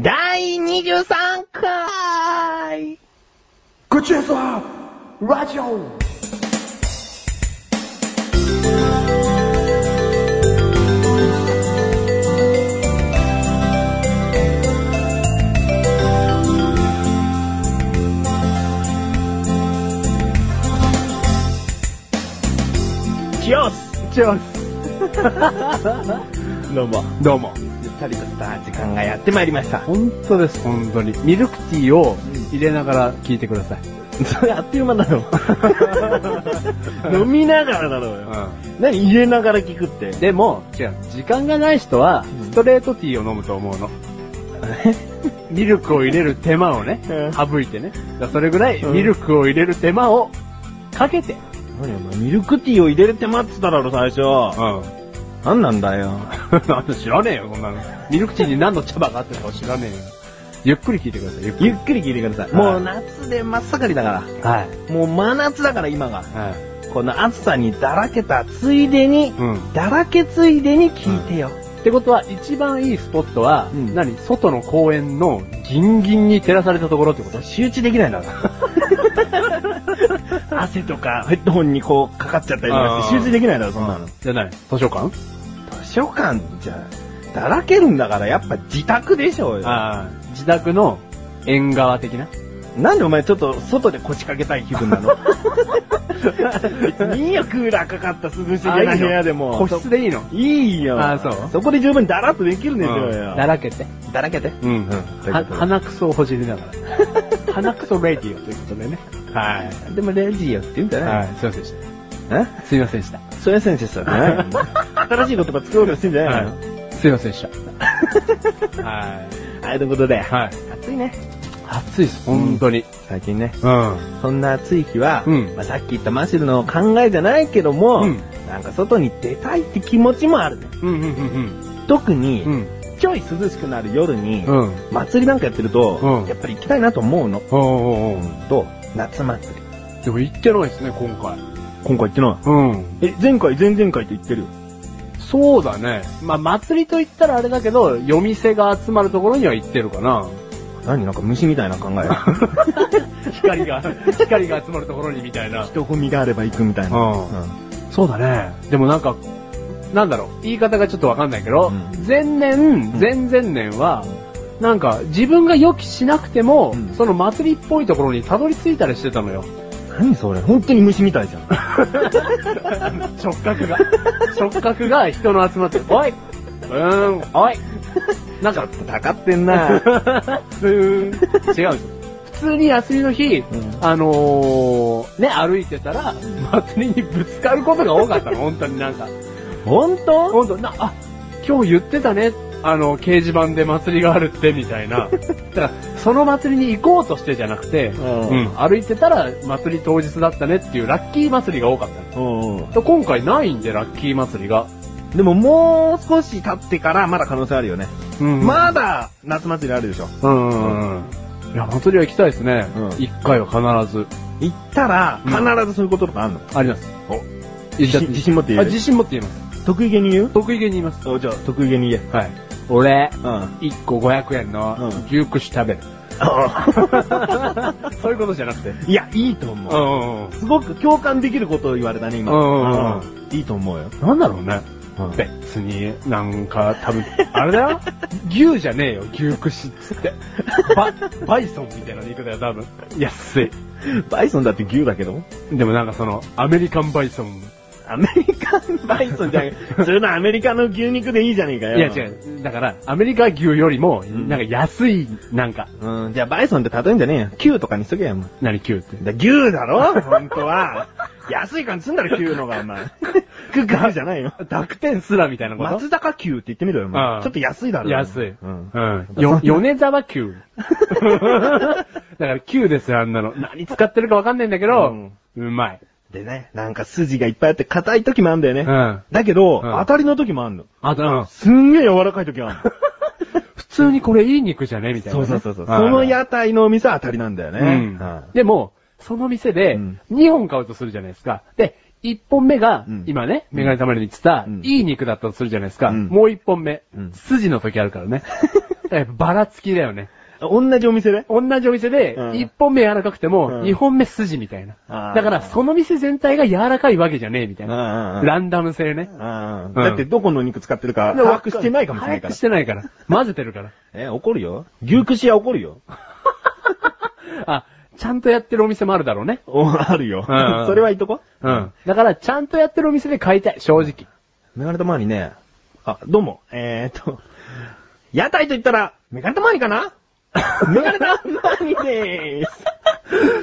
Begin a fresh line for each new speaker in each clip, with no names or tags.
第23回
ごちそうさまラジオ
チオス
チョス
どうも、
どうも。
ゆったりとした時間がやってまいりました。
本当です、本当に。ミルクティーを入れながら聞いてください。
それあっという間だろ。飲みながらだろうよ。
う
何入れながら聞くって
ん。。でも、違う、時間がない人は、
ん
ストレートティーを飲むと 思うの。ミルクを入れる手間をね
う、ん
省いてね。だからそれぐらい、
うん
ミルクを入れる手間をかけて。
何お前、ミルクティーを入れる手間っつっただろ、最 初。
ん。
何なんだよ。
なんで知らねえよ、こんなの。ミルクティーに何の茶葉があってたか知らねえよ。ゆっくり聞いてください、ゆっく
ゆ
り
っ。くり聞いてください。
はい
もう夏で真っ盛りだか
はい。
ら。もう真夏だから今が。
はい。
この暑さにだらけたついでに、
うん。
だらけついでに聞いてよ。
ってことは、一番いいスポットは、
うん
何外の公園のギンギンに照らされたところってこと
集中できないんだから。汗とかヘッドホンにこうかかっちゃったりとかして
あー
集中できないだろ、そんなの。図
じゃない図書館
書館じゃ、だらけるんだからやっぱ自宅でしょうよ。
ああ。自宅の縁側的な
なんでお前ちょっと外で腰掛けたい気分なの いいよ、クーラーかかった涼しげな部屋でも。
個室でいいの
いいよ。
あそう
そこで十分だらっとできるでしょうよ。
だらけて。
だらけて。
うん。うん。は
は
鼻くそをほじりながら。 鼻くそレディオということでね。はい。
はでもレジよって言うんじゃ
は
ない
い。すいませんでした。
え
すいませんでした。
そういう先生さ、新しい言葉作ろうとしてんじゃないの
い。すいませんで した。はい。
はい、ということで、
はい。
暑いね。
暑いです、本当に。
最近ね。
うん。
そんな暑い日は、
うん
まあ、さっき言ったマシルの考えじゃないけども、
うん
なんか外に出たいって気持ちもあるね。
うんうんうん
特に、
うん。
ちょい涼しくなる夜に、
うん。うん。
祭りなんかやってると、
うん
やっぱり行きたいなと思うの。
おおお
と、夏祭り。
でも行ってないですね、今回。
今回行ってな
うん。
い。え、前回、前々回って言ってるよ。
そうだね。まあ、祭りと言ったらあれだけど、夜店が集まるところには行ってるかな。
何なんか虫みたいな考え。
光が、光が集まるところにみたいな。
人混みがあれば行くみたいな。
うん
ん
そうだね。でもなんか、なんだろう、言い方がちょっとわかんないけど、
うん
前年、
うん
前々年は、なんか自分が予期しなくても、
うん
その祭りっぽいところにたどり着いたりしてたのよ。
何それ本当に虫みたいじゃん。
触覚が。 触覚が人の集まってる。おいうーん、おいなんか、
たかってんな
うーん。違うんですよ。普通に休みの日、
ん
あのー、ね、歩いてたら、祭りにぶつかることが多かったの、本当になんか。
本当
本当な、あ、今日言ってたね、あの、掲示板で祭りがあるって、みたいな。だから、その祭りに行こうとしてじゃなくて、
うん
うん歩いてたら祭り当日だったねっていうラッキー祭りが多かったの。
うん。
で今回ないんで、ラッキー祭りが。
でももう少し経ってからまだ可能性あるよね。
うん
まだ夏祭りあるでしょ。
うんうんうん。いや、祭りは行きたいですね
うん。
一、回は必ず。
行ったら
うん
必ずそういうこととかあるの、
あります。
お
言っちゃっていい
自信持って
あ、
言え
自
る
信持って言います。
得意げに言う
得意げに言います。
おじゃあ得意げに言え。
はい。俺、
うん。
一個500円の
うん
牛串食べる。 そういうことじゃなくて。
いや、いいと思
う
う。
んうん
すごく共感できることを言われたね、今。
うんうん
いいと思うよ。
なんだろうね。
うん
別に、なんか、多分、あれだよ。 牛じゃねえよ、牛串っつって。バ、バイソンみたいな肉だよ、多分。安い。
バイソンだって牛だけど
でもなんかその、アメリカンバイソン。
アメリカンバイソンじゃん。それのアメリカの牛肉でいいじゃねえか
い
よ。
や違う。だから、アメリカ牛よりも、なんか安い、なんか、
うん、じゃあバイソンって例えんじゃねえよ。牛とかにしとけよ、お前。
何牛って。
だ牛だろ本当は。安い感じすんだろ、牛のが、お前。クッじゃないよ。
濁点すらみたいなこと
松坂牛って言ってみろよ、お
う
前。
ん
ちょっと安いだろ。
安い。
う
うん
ん。。
よ、米 沢球。だから球ですよ、あんなの。何使ってるかわかんないんだけ
う
ど
ん、
うまい。
でね、なんか筋がいっぱいあって硬い時もあんだよ
う
ね。
ん。
だけど、
うん
当たりの時もあんの。
あと、うん
すんげえ柔らかい時もあんの。
普通にこれいい肉じゃねみたい な
そう
ね。
そうそうそう。
はい
その屋台のお店は当たりなんだよね。
うん
は。い
でも、その店
う
で
ん、
2本買うとするじゃないですか。で、1本目が
うん、
今ね、メガネたまりに言ってた
う、ん
いい肉だったとするじゃないですか。
うん
もう1本目
うん、
筋の時あるからね。からやっぱバラつきだよね。
同じお店で
同じお店で
う、ん
一本目柔らかくて
うん
も、二本目筋みたいな。
あー
だから、その店全体が柔らかいわけじゃねえみたいな。
ラ
ランダム性ね。
ン
ん
だってどこの肉使ってるか把握してないかもしれないか
把
ら
握し。てないから。混ぜてるから。
え、怒るよ牛串屋怒るよ。
あ、ちゃんとやってるお店もあるだろうね。
おあるよ。
うんうん
それはいとこ
うん。だから、ちゃんとやってるお店で買いたい、正直。
メガネたまわりね。あ、どうも。えーっと、屋台と言ったら、メガネたまわりかなメガネたまわりでー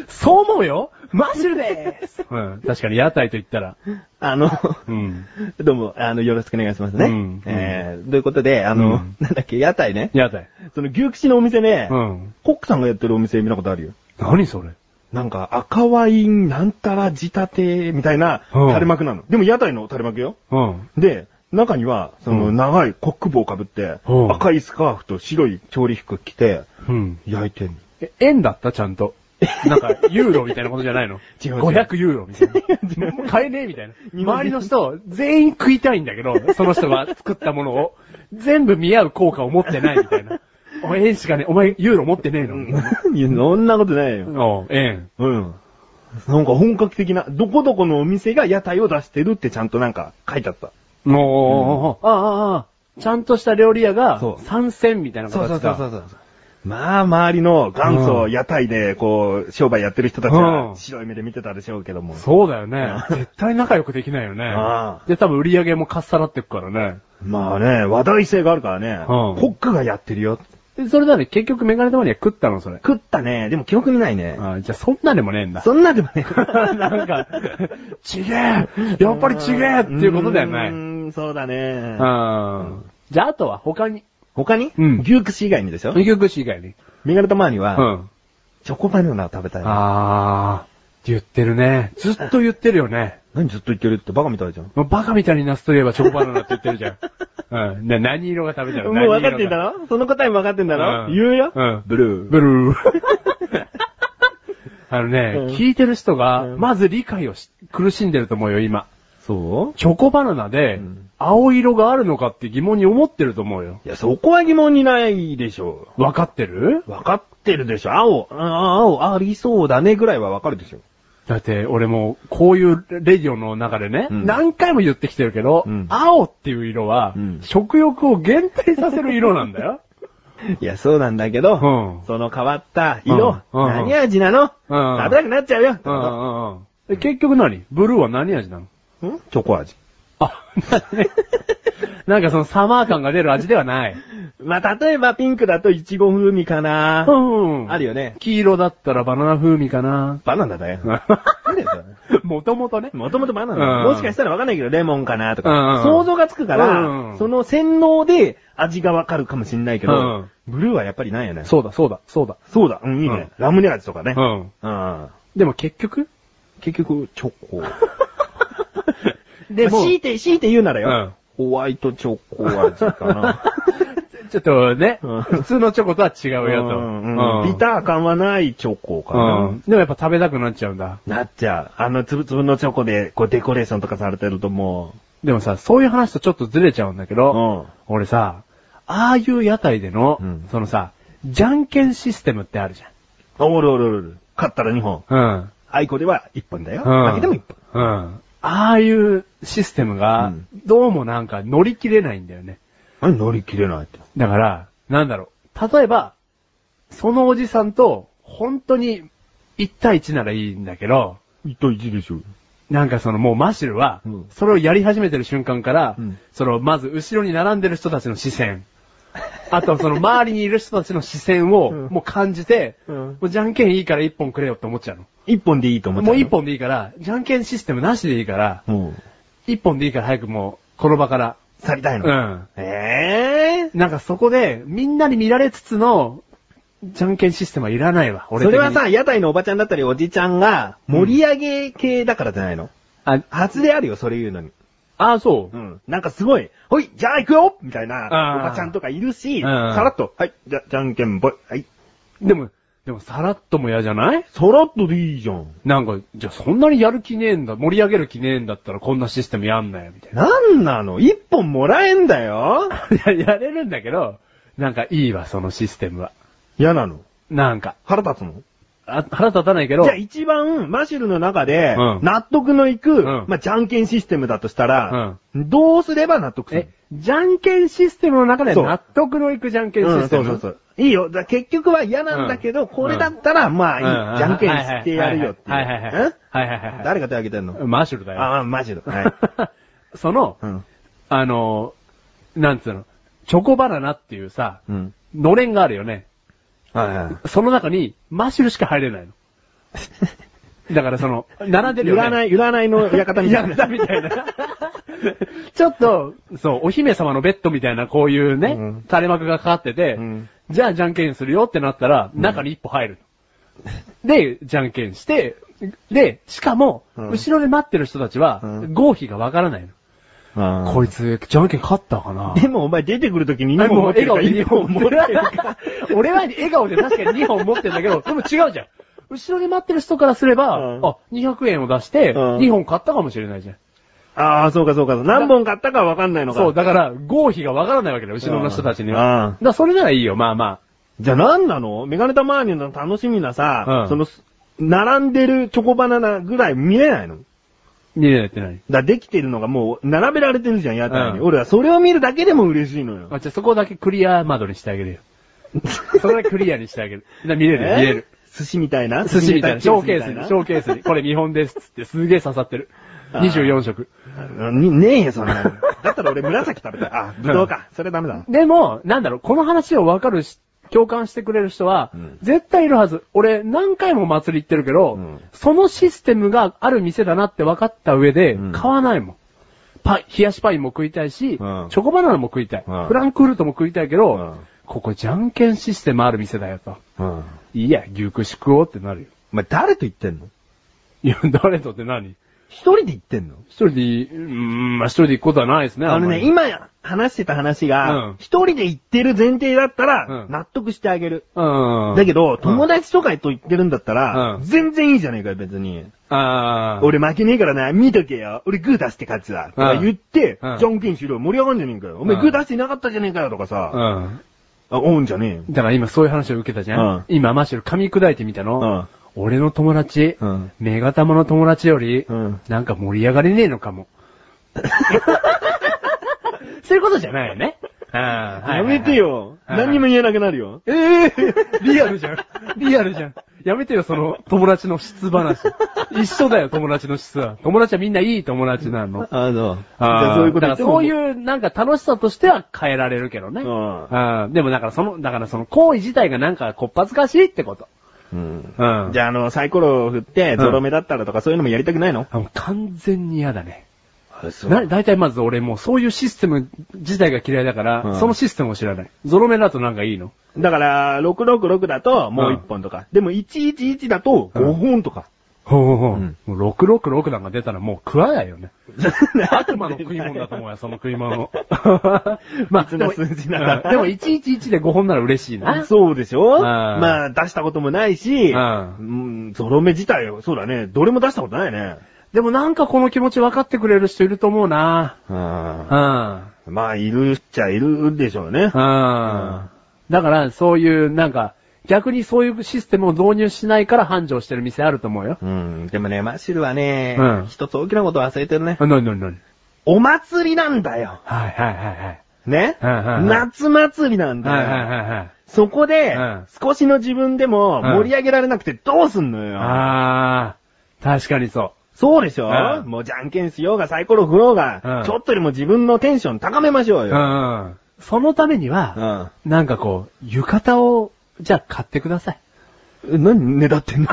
す。
そう思うよ
マッシュルでー す。
うん。確かに屋台と言ったら。
あの、
うん。
どうも、あの、よろしくお願いしますね。
うん
えー、ということで、あの、
うん
なんだっけ、屋台ね。
屋台。
その牛串のお店ね、
うん。
コックさんがやってるお店見たことあるよ。
何それ
なんか、赤ワインなんたら仕立て、みたいな、
うん
垂れ幕なの。でも屋台の垂れ幕よ。
うん。
で、中には、その、
うん
長いコック帽をかぶって、
うん
赤いスカーフと白い調理服着て、
うん。
焼いてんの。
え、円だったちゃんと。なんか、ユーロみたいなことじゃないの
違う違う
500ユーロみたい な。もう買えねえみたいな。周りの人、全員食いたいんだけど、その人が作ったものを、全部見合う効果を持ってないみた いな。お前円しかね、お前ユーロ持ってねえの。
いやそんなことないよ。
おう円。
うん。なんか本格的な、どこどこのお店が屋台を出してるってちゃんとなんか書いてあった。
もう、ああ、ああ、ちゃんとした料理屋が
そ、う
参戦みたいな形だ。
そう。まあ、周りの元祖屋台で、こう、商売やってる人たち
う
は、
ん
白い目で見てたでしょうけども。
そうだよね。
うん
絶対仲良くできないよね
あ。あ
で、多分売り上げもかっさらってくからね。
まあね、話題性があるからね、
うん
コックがやってるよ。
で、それなのに結局メガネ玉には食ったの、それ。
食ったね、でも記憶にないね。
ああじゃあそんなでもねえんだ。
そんなでもね、
なんか、ちげえやっぱりちげえっていうことだよ
う
ね。
ーん、そうだ
う
ね。
ん。じゃああとは他に。
他に、
うん
牛串以外にでしょ
右極串以外に。
メガネたまわりは、
うん。
チョコバナナを食べたい。
あー、言ってるね。ずっと言ってるよね。
何ずっと言ってるってバカみたいじゃん。
もうバカみたいにナスといえばチョコバナナって言ってるじゃ ん。うん。で何色が食べたいの
もう分かってんだ
ろ
ろその答えも分かってんだろ、
うん
言うよ、
うん
ブルー。
ブルー。 あのね、
うん
聞いてる人が、
うん
まず理解をし、苦しんでると思うよ、今。
そ
チョコバナナで
うん、
青色があるのかって疑問に思ってると思うよ。
ういや、そこは疑問にないでしょ
わかってる
う。分かってるでしょ青、あ青、ありそうだねぐらいは分かるで しょ。
だって、俺も、こういうレディオの中でね、
うん
何回も言ってきてるけど、
うん
青っていう色は、
うん
食欲を減退させる色なん だよ。
いや、そうなんだけど、
うん
その変わった色、
うんうん
何味なの、
うん
食べたくなっちゃうよ、
うんうんうんで結局何ブルーは何味なの
んチョコ味。
あ、 なんかそのサマー感が出る味ではない。
まあ、例えばピンクだとイチゴ風味かな、
うん。
あるよね。
黄色だったらバナナ風味かな。
バナナだよ。なんで だよ
もともとね。
もともとバナナ、
うん
もしかしたらわかんないけど、レモンかなとか、
うんうん
想像がつくから、
うんうん
その洗脳で味がわかるかもしんないけど、
うん
ブルーはやっぱりないよね。
そうだ、そうだ、そうだ。
そうだ、うん、いいね、
うん
ラムネ味とかね。
うん。
うん
でも結局
結局、チョ コ。
でも
強いて、強いて言うならよ、ホワイトチョコ味かな。
ちょっとね、
うん
普通のチョコとは違うよと。
うんうんビ
ー
ター感はないチョコかな。
うん。でもやっぱ食べたくなっちゃうんだ。
なっちゃう。あの、つぶつぶのチョコで、こう、デコレーションとかされてるとも
でもさ、そういう話とちょっとずれちゃうんだけ
う、
ど、
うん。
俺さ、ああいう屋台での、
うん
そのさ、じゃんけんシステムってあるじ
おるおるおる。勝ったら2本。
ゃん。うん。
アイコでは1本だよ。
うん
負けても1本。
うん。ああいうシステム
う
が
ん、
どうもなんか乗り切れないんだよね。
何乗り切れないって。
だから、なんだろう。例えば、そのおじさんと、本当に、1対1ならいいんだけど、
1対1でしょ。
なんかそのもうマシルは
うん、
それをやり始めてる瞬間から、
うん
そのまず後ろに並んでる人たちの 視線、あとその周りにいる人たちの視線を
うん
もう感じて、
うん
もうじゃんけんいいから一本くれよって思っちゃうの。
1本でいいと思っちゃ
も
う
う
の。
一本でいいから、じゃんけんシステムなしでいいから、
も
一本でいいから早くもう、この場から。
う、去りたいの。
うん。
ええ
なんかそこで、みんなに見られつつの、じゃんけんシステムはいらないわ。俺
そ
的
れ
に
は、さ、屋台のおばちゃんだったりおじちゃんが、盛り上げ系だからじゃないの、
あ、
初であるよ、それ言うのに。
あ、そうう。
ん。なんかすごい、ほい、じゃあ行くよみたいな
あ、
お
ー
ばちゃんとかいるし、
うん
さらっと、はい、じゃ、じゃんけんぽい、はい。
でも、でもさらっとも嫌じゃない
さらっとでいいじゃん。
なんか、じゃあそんなにやる気ねえんだ、盛り上げる気ねえんだったらこんなシステムやんなよ、みたい
なんなの一本もらえんだよ
な。いや、やれるんだけど、なんかいいわ、そのシステムは。
嫌なの
なんか。
腹立つの
あ腹立たないけど。
じゃあ一番マシュルの中で
うん、
納得のいく、
ん
まあ、じゃんけんシステムだとしたら、どうすれば納得する
え、じゃんけんシステムの中で
そう
納得のいくじゃんけんシ
うん
ステム。
そうそうそう。いいよ。だ結局は嫌なんだけど、
うん
これだったら、まあいい、
うん
じゃんけんしてやるよっていう。
はいはいはいはい。
ん
はいはいはいはい
誰が手挙げてんの、
マシュルだよ。
ああ、マジで。はい。
その、
うん。
あの、なんつうの、チョコバナナっていうさ、
うん。
のれんがあるよね。
はいはい。
その中に、マシュルしか入 れないの。だからその、並んでるよね。
占い、占いの館みたいな。
だみたいな。ちょっと、そう、お姫様のベッドみたいなこういうね、
うん
垂れ幕がかかってて、
うん
じゃあじゃんけんするよってなったら、中に一歩入る。で、じゃんけんして、で、しかも、
うん
後ろで待ってる人たちは、
うん
合否がわからないの。
あー
こいつ、じゃんけん勝ったかな
でもお前出てくるときに
あ
2
も
本
う
持って
笑
るか
顔
ら
で2
1本
本
持
持っ
っててる
るか
か。。
俺は笑顔で確かに2本持ってんだけど、でも違うじゃん。後ろで待ってる人からすれば、
うん
あ、200円を出して、
うん
2本買ったかもしれないじゃん。
ああ、そうかそうか。何本買ったかわかんないのか。
そう、だから、合否がわからないわけだよ、後ろの人たちには。
うん
だから、それならいいよ、まあま
じゃあなんなのメガネタマーニの楽しみなさ、
うん
その、並んでるチョコバナナぐらい見れないの
あ。ねえ、ってない。
だからできてるのがもう並べられてるじゃん、屋台に。
うん
俺はそれを見るだけでも嬉しいのよ。
あ、じゃあそこだけクリア窓にしてあげる よ。それだけクリアにしてあげる。な見れる、見れる。
えー。寿司みたいな
寿司みたいな、ショーケースに、ショー
ー
ケースに、これ見本ですっつって、すげえ刺さってる。
あー
24色。
ねえよ、そんなの。だったら俺紫食べたい。あ、ぶどうか。それダメだ。
でも、なんだろう、この話をわかるし、共感してくれる人は、
うん
絶対いるはず。俺、何回も祭り行ってるけど、
うん
そのシステムがある店だなって分かった上で、
うん
買わないもん。パイ、冷やしパインも食いたいし、
うん
チョコバナナも食いたい、
うん
フランクフルトも食いたいけど、
うん
ここじゃんけんシステムある店だよと。
うん。
いや、牛串食おうってなるよ。
お前誰と言ってんの
いや、誰とって何
一人で言ってんの
一人でい、うーん、まあ、一人で行くことはないですね。
あの
んま
ね、
り
今話してた話
う
が
ん、
一人で言ってる前提だったら
う、ん
納得してあげる。
うん。
だけど、
ん
友達とかと言ってるんだったら
う、ん
全然いいじゃねえかよ、別に。
ああ。
俺負けねえからな、見とけよ。俺グー出して勝つわ。とか言って、じ
うん
ゃんけんしろよ。盛り上がんじゃねえかよ。お前
うん
グー出してなかったじゃねえかよとかさ、
うん。
あ、おうんじゃねえよ。
だから今そういう話を受けたじゃん。
うん
今マシュル噛み砕いてみたの。
うん
俺の友達、
うん
メガタマの友達より、
うん
なんか盛り上がれねえのかも。そういうことじゃないよね。や
やめてよ。何にも
え
言えなくなるよ。
えーリアルじゃん。リアルじゃん。やめてよ、その友達の質話。一緒だよ、友達の質は。友達はみんないい友達なの。
あの、じ
あ
ゃあ
あ
そういうこと
だからそういう、なんか楽しさとしては変えられるけどね。
うん
ああでもだからその、だからその行為自体がなんかこっぱずかしいってこと。
うん。
うん。
じゃあ、あの、サイコロを振って、ゾロ目だったらとかそういうのもやりたくないの
あ、もう完全に嫌だね。
あ、そ
な、だいたいまず俺もうそういうシステム自体が嫌いだから、
うん
そのシステムを知らない。ゾロ目だとなんかいいの
だから、666だともう1本とか。でも、111だと5本 とか。
ほうほうほう。
うん
もう666なんか出たらもう食わないよね。悪魔の食い物だと思うよ、 その食い物。まあ、
別
で
な
も、
数字だから
うんでも111で5本なら嬉しいな。
そうでしょ
うん
まあ、出したこともないし、
う
うんゾロ目自体、そうだね、どれも出したことないね。
でもなんかこの気持ち分かってくれる人いると思うな。うん。
まあ、いるっちゃいるでしょうね。
うん。だから、そういう、なんか、逆にそういうシステムを導入しないから繁盛してる店あると思うよ。
うん、でもね、マッシュルはね
うん
一つ大きなこと忘れてるね。
あ、なになになに
お祭りなんだよ。
はいはいはいはい。
ね、
うんうんうん
夏祭りなんだよ。
はいはいはいはい。
そこで、
うん
少しの自分でも盛り上げられなくてどうすんのよ。
あー、確かにそ
そうでしょ、
うん
もうじゃんけんしようがサイコロ振ろうが、
うん
ちょっとでも自分のテンション高めましょう
う。
よ。
ん。そのためには、
ん。
なんかこう、浴衣を、じゃあ買ってください。
え何ねだって んの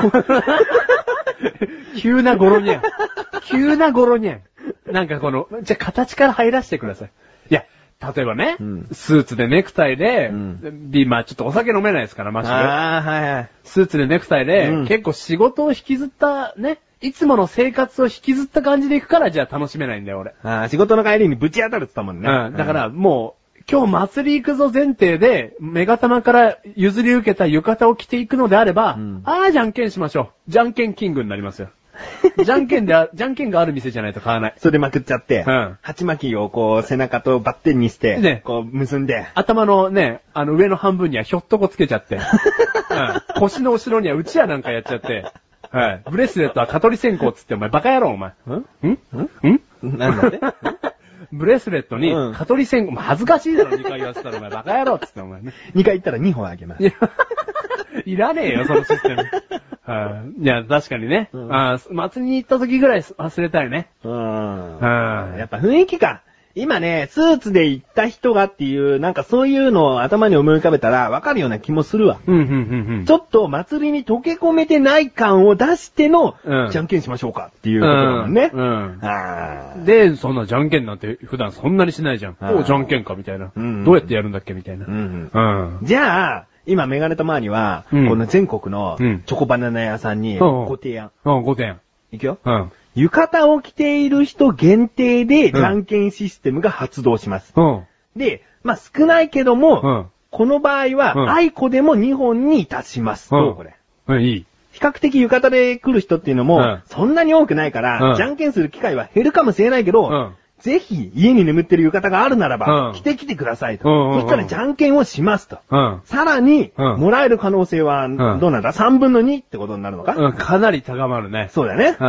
急なゴロ ニャン。急なゴロニャン。なんかこの、じゃあ形から入らせてください。いや、例えばね、
うん
スーツでネクタイで、
うん
ビーまあちょっとお酒飲めないですから、マシュル。
ああ、はいはい。
スーツでネクタイで、
うん
結構仕事を引きずった、ね、いつもの生活を引きずった感じで行くから、じゃあ楽しめないんだよ、俺。
あー仕事の帰りにぶち当たるって言ったもんね。
うん。だから、もう、今日祭り行くぞ前提で、メガ玉から譲り受けた浴衣を着ていくのであれば、
うん
ああ、じゃんけんしましょう。じゃんけんキングになりますよ。
うん、
じゃんけんであ、じゃんけんがある店じゃないと買わない。
それまくっちゃって、
うん
鉢巻きをこう背中とバッテンにして、
ね
こう結んで、
頭のね、あの上の半分にはひょっとこつけち ゃって、うん腰の後ろにはうちやなんかやっちゃって、はい、ブレスレットは蚊取り線香っつってお前バカ野郎お前。んんん
なん だね。
ブレスレットに
うん
蚊取り線香、まあ恥ずかしいだろ2回言わせたらお前バカ野郎っつってお前ね。
2回行ったら2本あげます
い。や、いらねえよ、その システム。はいいや、確かにね。
うん
あー祭りに行った時ぐらい忘れたいね。
うん。
うん
やっぱ雰囲気か。今ね、スーツで行った人がっていう、なんかそういうのを頭に思い浮かべたらわかるような気もするわ。
うん、うん、うん、うん。
ちょっと祭りに溶け込めてない感を出しての、
うん
じゃんけんしましょうかっていうことだもんね。
うんうん
あー
で、そんなじゃんけんなんて普段そんなにしないじゃん。
はい
おうじゃんけんかみたいな、
うん
どうやってやるんだっけみたいな。
う
うん。
んじゃあ、今メガネたまわりは、
うん
この全国の
うん
チョコバナナ屋さんに
うん
ご提案。
うん、5点。
いくよ。
うん。
浴衣を着ている人限定で、じゃんけんシステムが発動します。
うん。
で、まあ、少ないけども、
うん
この場合
うん
は、アイコでも2本にいたします。
うん
どうこれ。
うん、いい。
比較的浴衣で来る人っていうのも、
うん
そんなに多くないから、
うん
じゃんけんする機会は減るかもしれないけ
う
ど、
ん。
ぜひ家に眠ってる浴衣があるならば、
うん
着てきてくださいと。
うんうんうん
そしたらじゃんけんをしますと。
うん。
さらに、
うん
もらえる可能性は、
ん
どうなんだ ?3 分の2ってことになるのか、
うん、かなり高まるね。
そうだよね。
う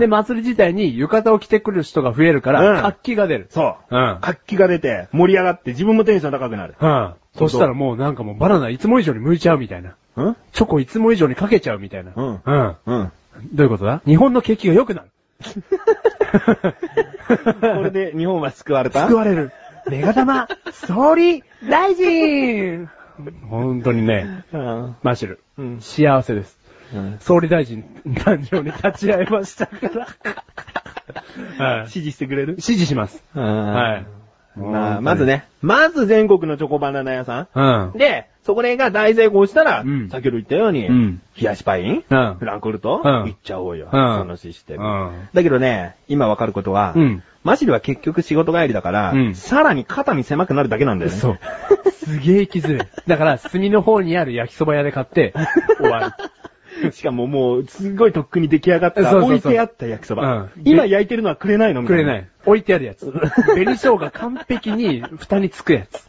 で
で、、祭り自体に浴衣を着てくる人が増える
う
か
ん
ら、活気が出る。
そう。
うん
活気が出て、盛り上がって、自分もテンション高くなる。
うん。そしたらもうなんかもうバナナいつも以上に剥いちゃうみたいな。
うん
チョコいつも以上にかけちゃうみたいな。
うん
うん。
うん。
どういうことだ日本の景気が良くなる。
これで日本は救われた
救われる。メ ガ玉、総理、大臣本当にね、
うん。
マシュル、
うん
幸せです。
うん
総理大臣誕生に立ち会いましたから。はい
支持してくれる
支持します。は。
はいまあ、まず。ね、まず全国のチョコバナナ屋さ
う
ん。。
ん
で、そこらが大成功したら、
うん
先ほど言ったように、
うん
冷やしパイン、
うん
フランクフルト、
うん
行っちゃおうよ。
うん
そのシステム。
うん
だけどね、今わかることは、
うん
マシルは結局仕事帰りだから、
うん
さらに肩身狭くなるだけなんだよね。
そう。すげえきづらい。だから、炭の方にある焼きそば屋で 買って、終わる。
しかももう、すごいとっくに出来上がった、
そうそうそう
置いてあった焼きそば。
うん
今焼いてるのはくれないのみ
く
た
れ
いな。
ない。置いてあるや つ。紅生姜完璧に蓋につくやつ。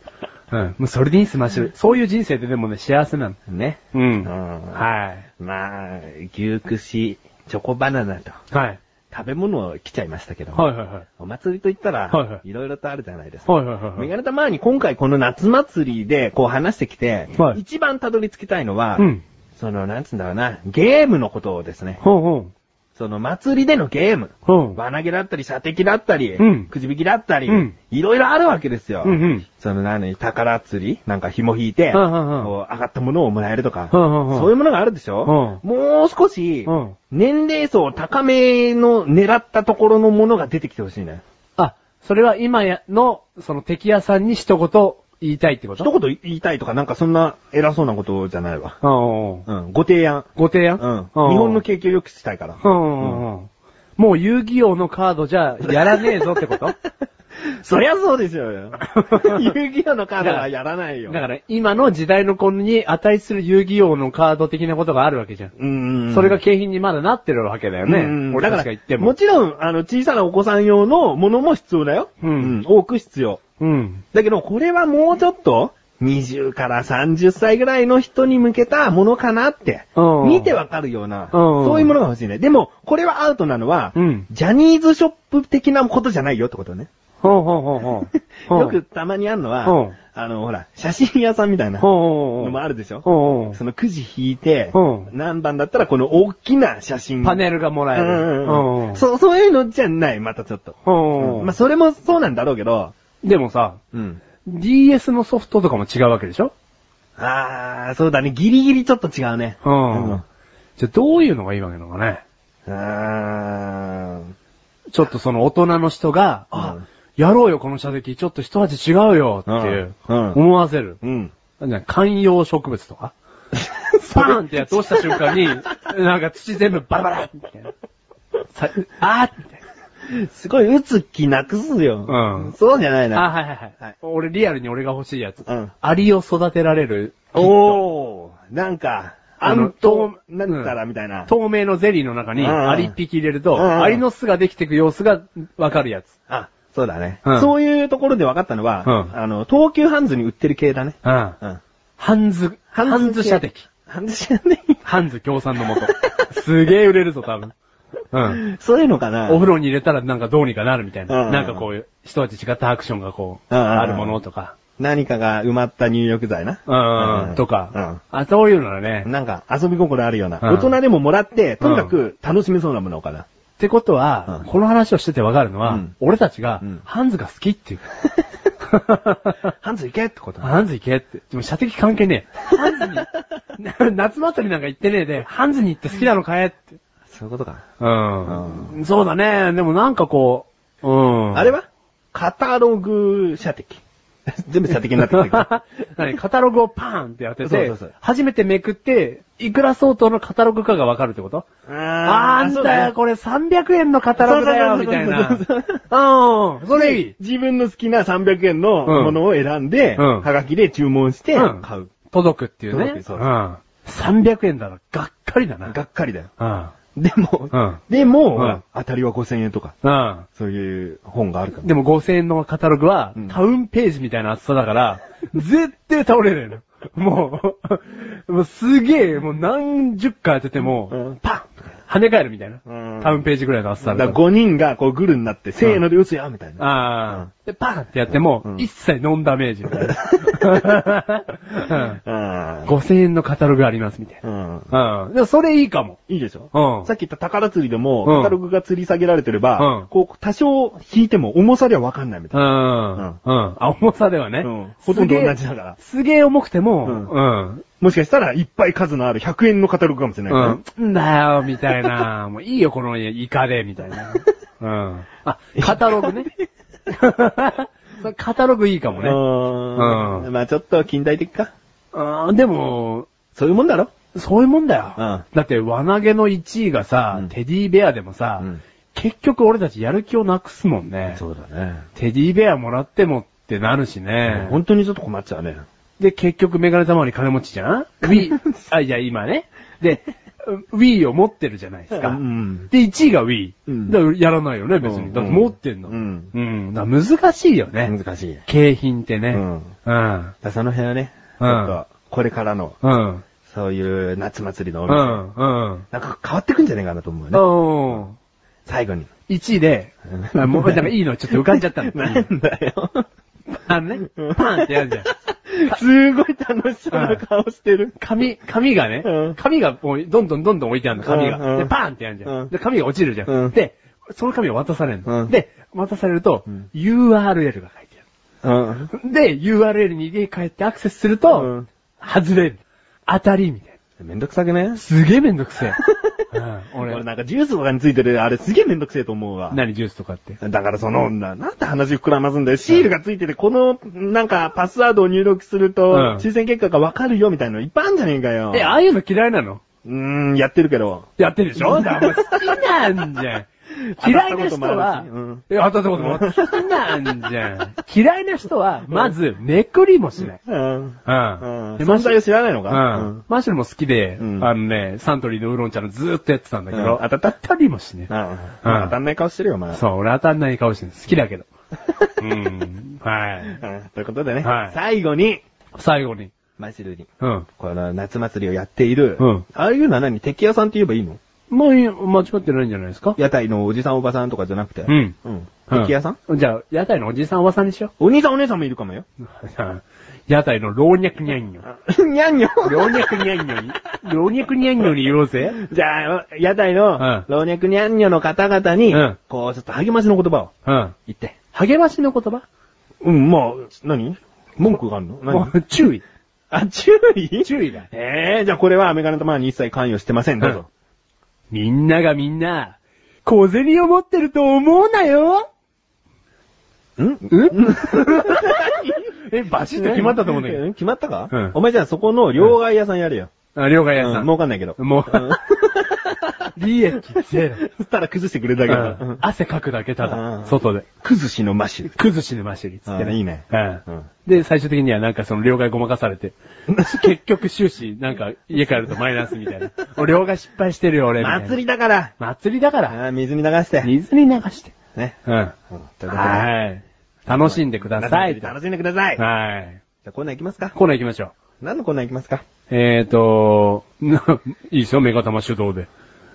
うん。もうそれでいいスマッシュ。そういう人生ででもね、幸せなの。
ね。
うん
うん
はい。
まあ、牛串、チョコバナナと、
はい。
食べ物を来ちゃいましたけども。
はいはいはい。
お祭りと言ったら、。
はいはい
ろいろとあるじゃないですか。
はいはいは
メ
い。
ガネたまに今回この夏祭りでこう話してきて、
はい
一番たどり着きたいのは、
うん。
その、なんつうんだろうな、ゲームのことをですね。
ほうほう。
その祭りでのゲーム。
ほう。
輪投げだったり、射的だったり、
うん
くじ引きだったり、
うん
いろいろあるわけですよ。
うんうん
その何、宝釣りなんか紐引いて、
うんうんうん
こう上がったものをもらえるとか、
うんうんうん
そういうものがあるでしょ、もう少し、
うん
年齢層高めの狙ったところのものが出てきてほしいね。
あ、それは今や、の、その敵屋さんに一言言いたいってこと
一言言いたいとか、なんかそんな偉そうなことじゃないわ。
うんうん。
うん、ご提案。
ご提
う
案
ん。日本の景気を良くしたいから。
うんうん。もう遊戯王のカードじゃやらねえぞってことだ
そりゃそうです よ。遊戯王のカードはやらないよ。
から今の時代の子に値する遊戯王のカード的なことがあるわけじゃん。
うん
それが景品にまだなってるわけだよね。
うん
俺
だか
たち
ら
が言っても。
もちろん、あの、小さなお子さん用のものも必要だよ。
うん
多く必要。
うん。
だけど、これはもうちょっと、20から30歳ぐらいの人に向けたものかなって、
うん
見てわかるような、
うん
そういうものが欲しいね。でも、これはアウトなのは、
うん
ジャニーズショップ的なことじゃないよってことね。
ほうほうほうほう。
よくたまにあるのは、
うん
あの、ほら、写真屋さんみたいな
ほう
の
ほうほう、
もあるでしょ
ほうほう
そのくじ引いて、
うん
何番だったらこの大きな写真。
パネルがもらえる。
うんうんうん
う。
そう、そういうのじゃない、またちょっと。
ほう
まあ、それもそうなんだろうけど、
でもさ、
うん。
DS のソフトとかも違うわけでしょ
あー、そうだね、ギリギリちょっと違うね。
うん。
うん
じゃあどういうのがいいわけなのかね。
あ
ちょっとその大人の人が、
うん
あ、やろうよこの射的、ちょっと一味違うよっていう、
うんうん
思わせる。
ー。うん。
なんか観葉植物とかパーンってやって落ちた瞬間に、なんか土全部バラバラみたいな。さあーみたい
すごい、打つ気なくすよ。
うん
そうじゃない
な。あ、
な。
はいはいはい。
はい
俺リアルに俺が欲しいやつ。
うん
アリを育てられる。
おー、なんか、ア
あの
ントウ、なんた
う
らみたいな。
透明のゼリーの中に、
うんうん
アリ一匹入れる
うんうん
と、アリの巣ができていく様子がわかるやつ。
あ、そうだね、
うん
そういうところで分かったのは、
うん
あの、東急ハンズに売ってる系だね。
うん。
うん。
ハンズ、ハンズ射的。
ハンズじゃねえ
ハンズ協賛のもと。すげえ売れるぞ、多分。うん。
そういうのかな
お風呂に入れたらなんかどうにかなるみたい
うんうんう
な。
ん
なんかこう、一味違ったアクションがこう、
うんうんうん
あるものとか。
何かが埋まった入浴剤な。
うんうん、とか。あ、そういうのはね
う。ん。なんか遊び心あるような。
うん
大人でももらって、とにかく楽しめそうなものかな。
ってこと
う
は
ん、
この話をしててわかるの
う
は
ん、
俺たちが
うん、
ハンズが好 きっていう。
ハンズ行けってことな
ハンズ行けって。でも射的関係ねえ。ハンズに、な 夏祭りなんか行ってねえで、ハンズに行って好きなのかえって。
そういうことか。
うん。そうだね。でもなんかこう、うん。
あれはカタログ射的。 全部射的になってきたけど。
何カタログをパーンって当て
そう
て
そうそう
初めてめくって、いくら相当のカタログかがわかるってこと あーあんたよ、これ300円のカタログだよ、
そう
み
そう
たい
そう
な。
そう
うん、それいい。
自分の好きな300円の
うん
ものを選んで、
うん
はがきで注文して
うん
買う。
届くっていう
届
ね。。
くそううん
300円だろ、がっかりだな。
がっかりだよ。
うん。
でも、
うん
でも、
うん
当たりは5000円とか、
うん。
そういう本があるから。
でも5000円のカタログは、
うん
タウンページみたいな厚さだ から、絶対倒れないの。もう、もうすげえ、もう何十回当てても、
うん
パン跳ね返るみたいな、
うん
タウンページぐらいの厚さ
だ
だ
から5人がこうグルになって、せーので打つや、みたいな。
ああ、
うん
で、パンってやっても、
うん
一切ノンダメー ジみたいな。
あ
うん、5000円のカタログありますみたい
うん。
な。うん。でもそれいいかも。
いいでしょ
うん
さっき言った宝釣りでも、
うん
カタログが釣り下げられてれば、
うん
こう、多少引いても重さではわかんないみた
う
い
ん。
う
うんん。あ、重さではね。
な。うん。ほとんど同じだから
ら。。すげえ重くても、
うん
うん、
もしかしたら、いっぱい数のある100円のカタログかもしれないからね、
うん。んだよ、みたいな。 もういいよ、このイカで、みた いな。うん。あ、カタログね。それカタログいいかもね。
うー。
うんん
まあちょっと近代的か。
あーでも、
そういうもんだろ
そういうもんだよ。
うん
だって、輪投げの1位がさ、
うん
テディベアでもさ、
うん
結局俺たちやる気をなくすもんね。
うだね。
テディベアもらってもってなるしね。
本当にちょっと困っちゃうね。
で、結局メガネ玉に金持ちじゃん ?Wii、あ、いや、今ね。で、Wii を持ってるじゃないですか。
うん
で、1位が Wii。
うん
だからやらないよね、別に。だって持ってんの。
うん
うん。だから難しいよね。
難しい。だか
景品ってね。
うん
うん。
らその辺はね、ち
うん
ょっと、これからの、
うん。
そういう夏祭りの、
う
なん
ん。うん。
か変わってくんじゃねえかなと思うよね。
うん。
最後に。
1位で、あ もうなんかいいのちょっと浮かんじゃった の。
なんだよ。
あのね、パンってやるじゃ ん。
すごい楽しそうな顔してる。
紙、紙がね
うん、
紙がもうどんどんどんどん置いてあるの、紙
うんうん
が。で、パーンってやるじゃ
うん
ん。で、紙が落ちるじゃ
うん
ん。で、その紙を渡される
うん
の。で、渡されると
うん、
URL が書いて
うん。
ある。で、URL に家帰ってアクセスする
う
と
ん、
外れる。当たりみたいな。
めんどくさくね
すげえめんどくせ え。うん
俺
俺、
なんかジュースとかについてるあれすげえめんどくせえと思うわ。
何ジュースとかって。
だからその、な、なんて話膨らますんだよ。シールがついてて、この、なんか、パスワードを入力すると、
うん
抽選結果がわかるよみたいなのいっぱいあんじゃねえかよ。
え、ああいうの嫌いなの
うーん、やってるけど。
やってるでしょだから好きなんじ ゃん。嫌いな人は、
うん
え、当たったこともあ る好きなんじゃん。嫌いな人は、まず、めくりもしない。
うん。
うん。
うん。
で
存在を知らないの
う
か
ん。。マッシュルも好きで、
うん
あのね、サントリーのウーロン茶のずーっとやってたんだけ
う
ど、
ん当たった
当たりもしね
うん。まあ当たんない顔してるよ、まあ。
そう、俺当たんない顔してる。好きだけど。うん。はい。
うん。ということでね、
はい
最後に、
最後に。
マシルに、
うん。
この夏祭りをやっている、
うん
ああいうのは何敵屋さんって言えばいいの
もういい間違ってないんじゃないですか
屋台のおじさんおばさんとかじゃなくて。
うん
うん。
うん
敵屋さん、
じゃあ、屋台のおじさんおばさんにしよ
お兄さんお姉さんもいるか もよ。
う。 屋台の老若にゃんよ。
にゃんにょ
老若にゃんにょに、老若にゃんにょに言おうぜ。
じゃあ、屋台
うん
の、老若にゃんにょの方々に、
うん
こう、ちょっと励ましの言葉を
うん。
言って。
励ましの言葉
うん、まあ、何文句があるの何
注意。
あ、注意
注意だ。
ええー、じゃあこれはアメガネとマに一切関与してません、どうぞ。
みんながみんな、小銭を持ってると思うなよ
ん
うんえ、バシッと決まったと思うんだけど。
決まったか
うん
お前じゃあそこの両替屋さんやれよ。
あ、了解や
う
さ
ん
ん。
儲かんないけど。
もう、利益ゼロ。
そしたら崩してくれるだけだから。うん
汗かくだけた
うん
だ。外で。
崩しのマシュ。
崩しのマシュリっつって
あ
ね。
いいね
うん
うん
で、最終的にはなんかその両替ごまかされ て。結局終始、なんか家帰るとマイナスみたいな。俺両替失敗してるよ、俺。みたいな
祭りだから。
祭りだから。
あー水に流して。
水に流して。
ね。
うん。
うんということで
はい。楽しんでくださいと。
楽しんでください。じゃ
はい。
あコーナー行きますか
コーナー行きましょ
何のコーナー行きますか
う。えーと、 いいですよ、メガ玉手動で。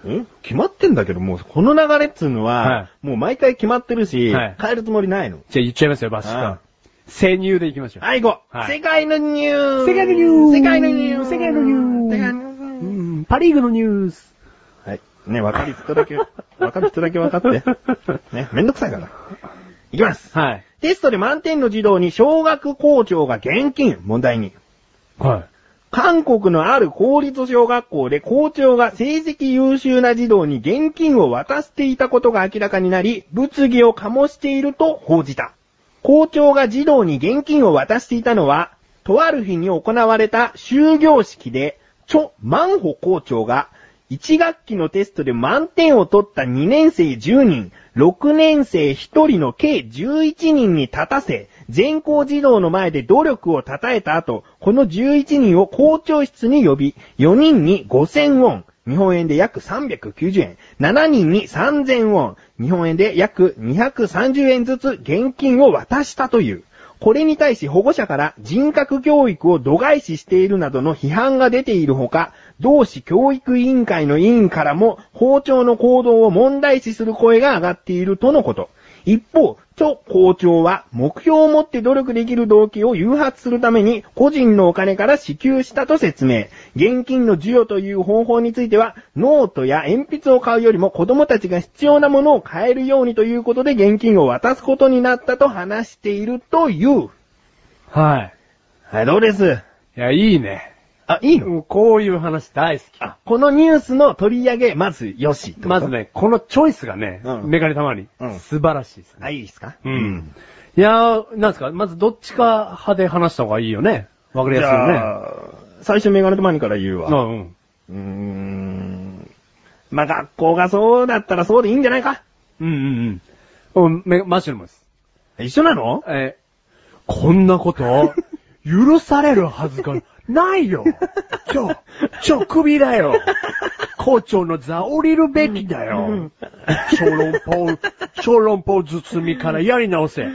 ん決まってんだけど、もう、この流れっつうの
は
は、もう毎回決まってるし
はい、
変えるつもりないの。
じゃあ言っちゃいますよ、バシ
は
カ。生乳で行きましょう。
はい、行こう
はい
世界のニュース
世界のニュース
世界のニュース
世界のニュース
世界のニュース
うんパリーグのニュース。
はい。ね、わかる人だ け、わかる人だけ分かって。ね、めんどくさいから。いきます
はい。
テストで満点の児童に小学校長が現金、問題に。
は
韓国のある公立小学校で校長が成績優秀な児童に現金を渡していたことが明らかになり、物議を醸していると報じた。校長が児童に現金を渡していたのは、とある日に行われた終業式で、チョ・マンホ校長が、1学期のテストで満点を取った2年生10人、6年生1人の計11人に立たせ、全校児童の前で努力を称えた後、この11人を校長室に呼び、4人に5000ウォン、日本円で約390円、7人に3000ウォン、日本円で約230円ずつ現金を渡したという。これに対し保護者から人格教育を度外視しているなどの批判が出ているほか、同市教育委員会の委員からも校長の行動を問題視する声が上がっているとのこと。一方、チョ校長は目標を持って努力できる動機を誘発するために個人のお金から支給したと説明。現金の授与という方法については、ノートや鉛筆を買うよりも子供たちが必要なものを買えるようにということで現金を渡すことになったと話しているという。
い。はい。
はい、どうです
いや、いいね。
あ、いい
もうこういう話大好き。
あ、このニュースの取り上げ、まず、よし。
まず。ね、このチョイスがね、
うん
メガネたまに、
うん
素晴らしいですね。
あ、いいですか
うん。いやー、なんですか、まずどっちか派で話した方がいいよね。わかり
じ
やすいよね。
ゃあ、最初メガネとマニから言うわ。
うんうん。
うーん。まあ、学校がそうだったらそうでいいんじゃないか
うんうんうん。うん、めマッシュルームです。
一緒なの
えー、こんなこと、許されるはずがないよ。ちょ、ちょ、首だよ。校長の座降りるべきだよ。小籠包、小籠包包みからやり直せ。あ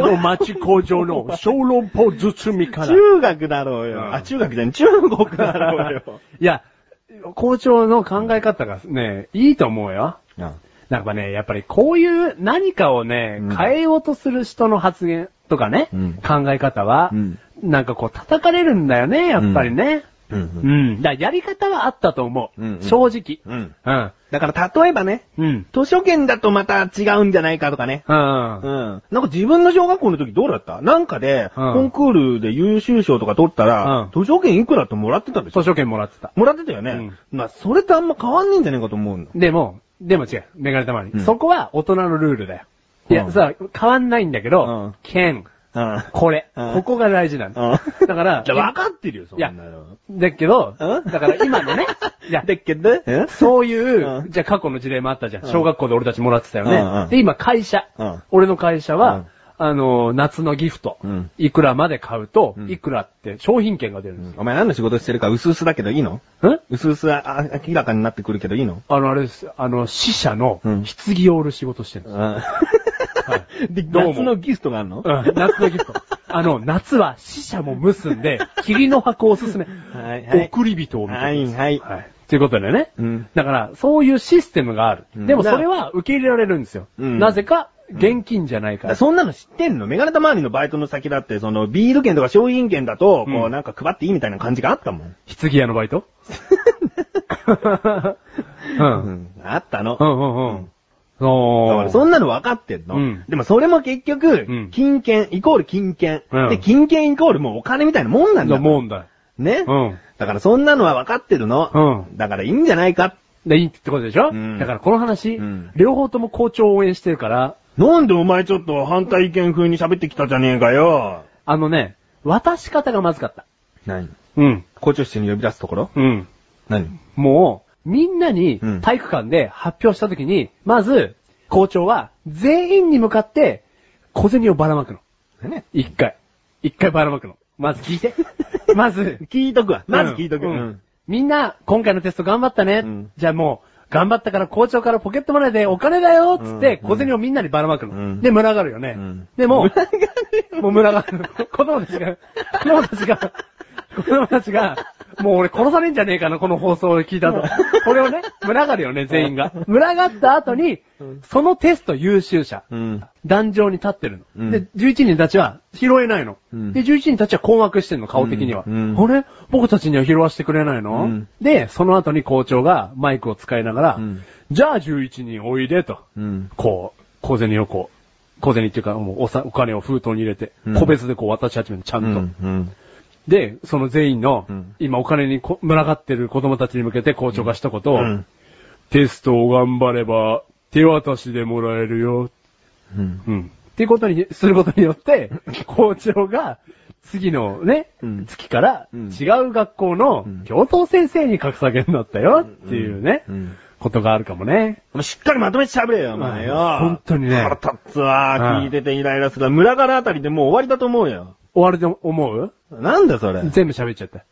の町工場の小籠包包みから。
中学だろうよ。
うん
あ、中学じゃん。中国だろう よ。
いや、校長の考え方がね、いいと思うよ。なんかね、やっぱりこういう何かをね、
うん
変えようとする人の発言とかね、
うん
考え方は、
うん
なんかこう叩かれるんだよね、やっぱりね。
う。
うんん。だからやり方はあったと思う。
うんうん
正直。
うん。
うん。
だから、例えばね、
うん。
図書券だとまた違うんじゃないかとかね。
うん。
うん。なんか自分の小学校の時どうだったなんかで、
うん
コンクールで優秀賞とか取ったら、図書券いくらってもらってたでしょ
図書券もらってた。
もらってたよね。まあ、それとあんま変わんねえんじゃねえかと思うの。
でも、でも違う。メガネたまに、
うん
そこは大人のルールだよ。いや、
うん
さ、変わんないんだけ
うん
ど、券、
うん。
これ、
うん
ここが大事なんだ。
う
だから、
じゃあ分かってるよ、そんなの。
だけど、
う
だ
ん
から今のね、いや、
だけど、え
そうい
う
う、
ん
じゃあ過去の事例もあったじゃん。
うん
小学校で俺たちもらってたよね。
うんうん
で、今会社、
うん
俺の会社は、
うん
あのー、夏のギフト、
うん
いくらまで買うと、
うん
いくらって商品券が出るんですよ。
お前何の仕事してるか薄々だけどいいの
ん
薄々あ明らかになってくるけどいいの
あの、あれです。あの、死者の
うん
棺を売る仕事してるんですよ。
はい。で、
どうも
夏のギフトがあるの
うん、夏のギ フト。あの、夏は死者も結んで、霧の箱をおすすめ。
はいはい
送り人を見てくださ
はいはい
はい。ということでね。
うん
だから、そういうシステムがある。
うん
でもそれは受け入れられるんですよ。
うん
なぜか、現金じゃないから。
そんなの知ってんのメガネた周りのバイトの先だって、その、ビール券とか商品券だと、こ
う
う、
ん
なんか配っていいみたいな感じがあったもん。
棺屋のバイトうん。うん
ん。あったの。
う
だ
んうん。
か
そ
ら
う。
そんなの分かってんの、
うん
でもそれも結局
うん、
金券、イコール金券、
うん
で、金券イコールもうお金みたいなもんなんだ
なもんだよ。
ね、
うん
だからそんなのは分かってるの。
う
だからいいんじゃないか。
で、いいってことでしょ、
うん
だからこの話、
うん
両方とも校長を応援してるから、
なんでお前ちょっと反対意見風に喋ってきたじゃねえかよ。
あのね、渡し方がまずかった。
何
うん。
校長室に呼び出すところ
うん。
何
もう、みんなに
うん
体育館で発表したときに、まず、校長は全員に向かって小銭をばらまくの。
ね。
一回。一回ばらまくの。まず聞 いて。まず。
聞いとくわ。まず聞いとく。
うんうんみんな、今回のテスト頑張ったね。
うん
じゃあもう、頑張ったから校長からポケットマネーでお金だよっつって、
うん
小銭をみんなにばらまくの。
うん
で、群がるよね。
うん
でも、もう群がる。 子供たちが、子供たちが、子供たちが、もう俺殺されんじゃねえかな、この放送を聞いたと。これをね、群がるよね、全員が。群がった後に、そのテスト優秀者、
うん。
壇上に立ってるの。
うん
で、11人たちは拾えないの。
うん
で、11人たちは困惑してんの、顔的には。
うんうん
あれ僕たちには拾わせてくれないの、
うん
で、その後に校長がマイクを使いながら、
うん
じゃあ11人おいでと。
うん。
こう、小銭をこう、小銭っていうか、もうおさお金を封筒に入れて、
うん
個別でこう渡し始めるの、ちゃ
うん
と。
ん。うん。
で、その全員の、
うん
今お金にこ群がってる子供たちに向けて校長が一言、
うん。
テストを頑張れば手渡しでもらえるよ
うん。
うん。っていうことに、することに よって、校長が、次のね、
うん
月から、
うん
違う学校の
うん、
教頭先生に格下げになったよ、っていうね、
うん
ことがあるかもね。
お前しっかりまとめて喋れよ、お前よ。
うん本当にね
腹立つわ
う。ん
聞いててイライラするわ。村柄あたりでもう終わりだと思うよ。
終わると思う
なんだそれ。
全部喋っちゃった。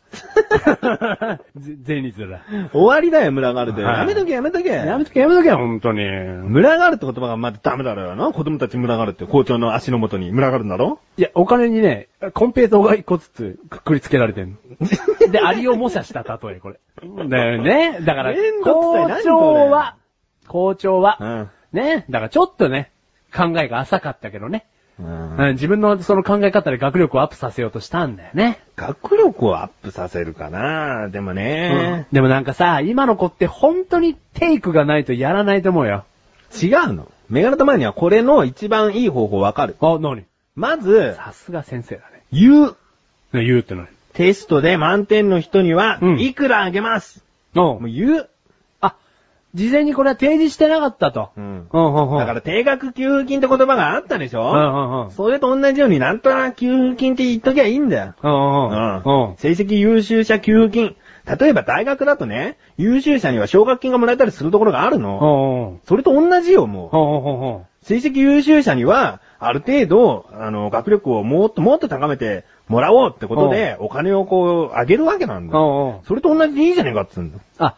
ぜ全日だ。
終わりだよ、村柄で。
はい
やめとけ、やめとけ。
やめとけ、やめとけ、本当に。
村柄って言葉がまだダメだろうな。子供たち群がるって校長の足の元に群がるんだろ
いや、お金にね、コンペイトーが一個ずつくくりつけられてん の。で、アリを模写した例え、これ。だよね。だから、
めんどくさい
校
何それ
長は、校長は、
ん。
ね。だからちょっとね、考えが浅かったけどね。
うん
うん、自分のその考え方で学力をアップさせようとしたんだよね。
学力をアップさせるかな。でも
うん
ね、
でもなんかさ、今の子って本当にテイクがないとやらないと思うよ。
違うの。メガネたまにはこれの一番いい方法わかる。
あ、なに
まず、
さすが先生だね。
言う。
ね言うって何
テストで満点の人には
う、ん
いくらあげます。
お
もう言う。
あ、事前にこれは提示してなかったと。
うん
うん、うん、うん。
だから定額給付金って言葉があったでしょ
うん、うん、うん。
それと同じようになんとなく給付金って言っときゃいいんだよ。
うん、
う
うん、うん。
成績優秀者給付金。例えば大学だとね、優秀者には奨学金がもらえたりするところがある
う
の。
ん、うん。
それと同じよ、もう。
うん、
成績優秀者には、ある程度、あの、学力をもっともっと高めてもらおうってことで、お金をこう、あげるわけなんだ。
うん、うん。
それと同じでいいじゃねえかっつうんだ。
あ、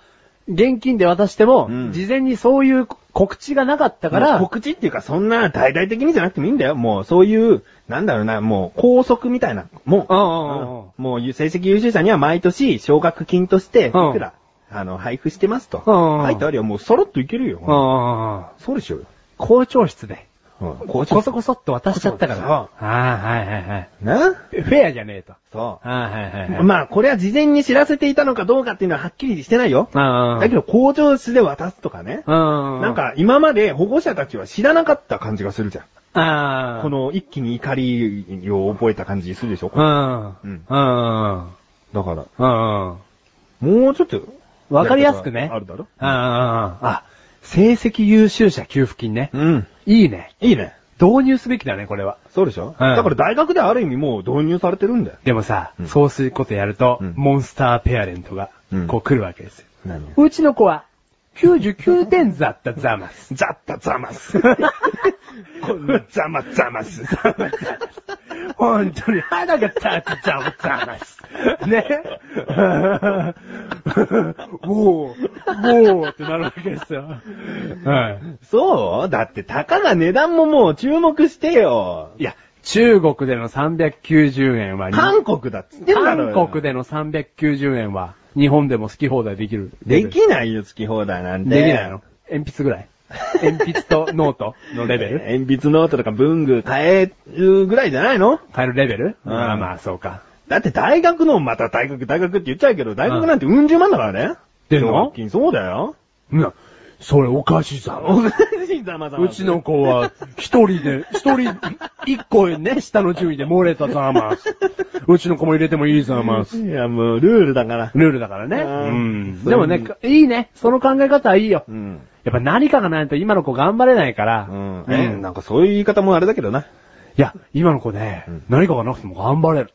現金で渡しても、
うん
事前にそういう告知がなかったか
だから、
ら、
告知っていうか、そんな大々的にじゃなくてもいいんだよ。もう、そういう、なんだろうな、もう、拘束みたいな、もう、
うんうんうん
うんもう、成績優秀者には毎年、奨学金として、い
うん
くら、あの、配布してますと。
うんうんうん
書いてあるよ。もう、さらっといけるよ。
うん
そうでしょうよ。
校長室で、
うん。こ
こそこそっと渡しちゃったから。
そう
ああ、はいはいはい。
な
フェアじゃねえと。
そ。
ああ、はいはいうはい。
まあ、これは事前に知らせていたのかどうかっていうのははっきりしてないよ。
ああ、
だけど、校長室で渡すとかね。
うん。
なん、か、今まで保護者たちは知らなかった感じがするじゃん。
ああ、
こ、の一気に怒りを覚えた感じするでしょ
うん。うん。うん。
だから、
うん。
もうちょっと、
わかりやすくね。
あるだろ
ああ、ああ。あ、成績優秀者給付金ね。
うん。
いいね。
いいね。
導入すべきだね、これは。
そうでしょ、
うん
だから大学ではある意味もう導入されてるんだよ。
でもさ、
うん
そうすることやると、
うん
モンスターペアレントが
うん、
こう来るわけですよ。
何
うちの子は、99点だったざます。
ザッタザマ ス。こんなザマザマス。
本当に腹が立っちゃうざます。ね。 もう、もうってなるわけですよ。は
そうだってたかが値段ももう注目してよ。
い。いや、中国での390円は、
韓国だっつってんだろうよ。
韓国での390円は、日本でも好き放題できる。
できないよ、月放題なんて。
できないの鉛筆ぐらい。鉛筆とノートのレベ ル
鉛筆ノートとか文具買えるぐらいじゃないの
変えるレベル
うん
ああまあ、そうか。
だって大学の、また大学、大学って言っちゃうけど、大学なんてうん十万だからね。
出んの
奨学金そうだよ。
な、それおかしいさ
おかしいざまざま。
うちの子は、一人 で、一人、一個ね、下の順位で漏れたざます。うちの子も入れてもいいざます。
いや、もう、ルールだから。
ルールだからね。
う
うんん。でもね、いいね。その考え方はいいよ。
うん。
やっぱ何かがないと今の子頑張れないから。
うん。
え
え、なんかそういう言い方もあれだけどな。
いや、今の子ね、
うん
何かがなくても頑張れる。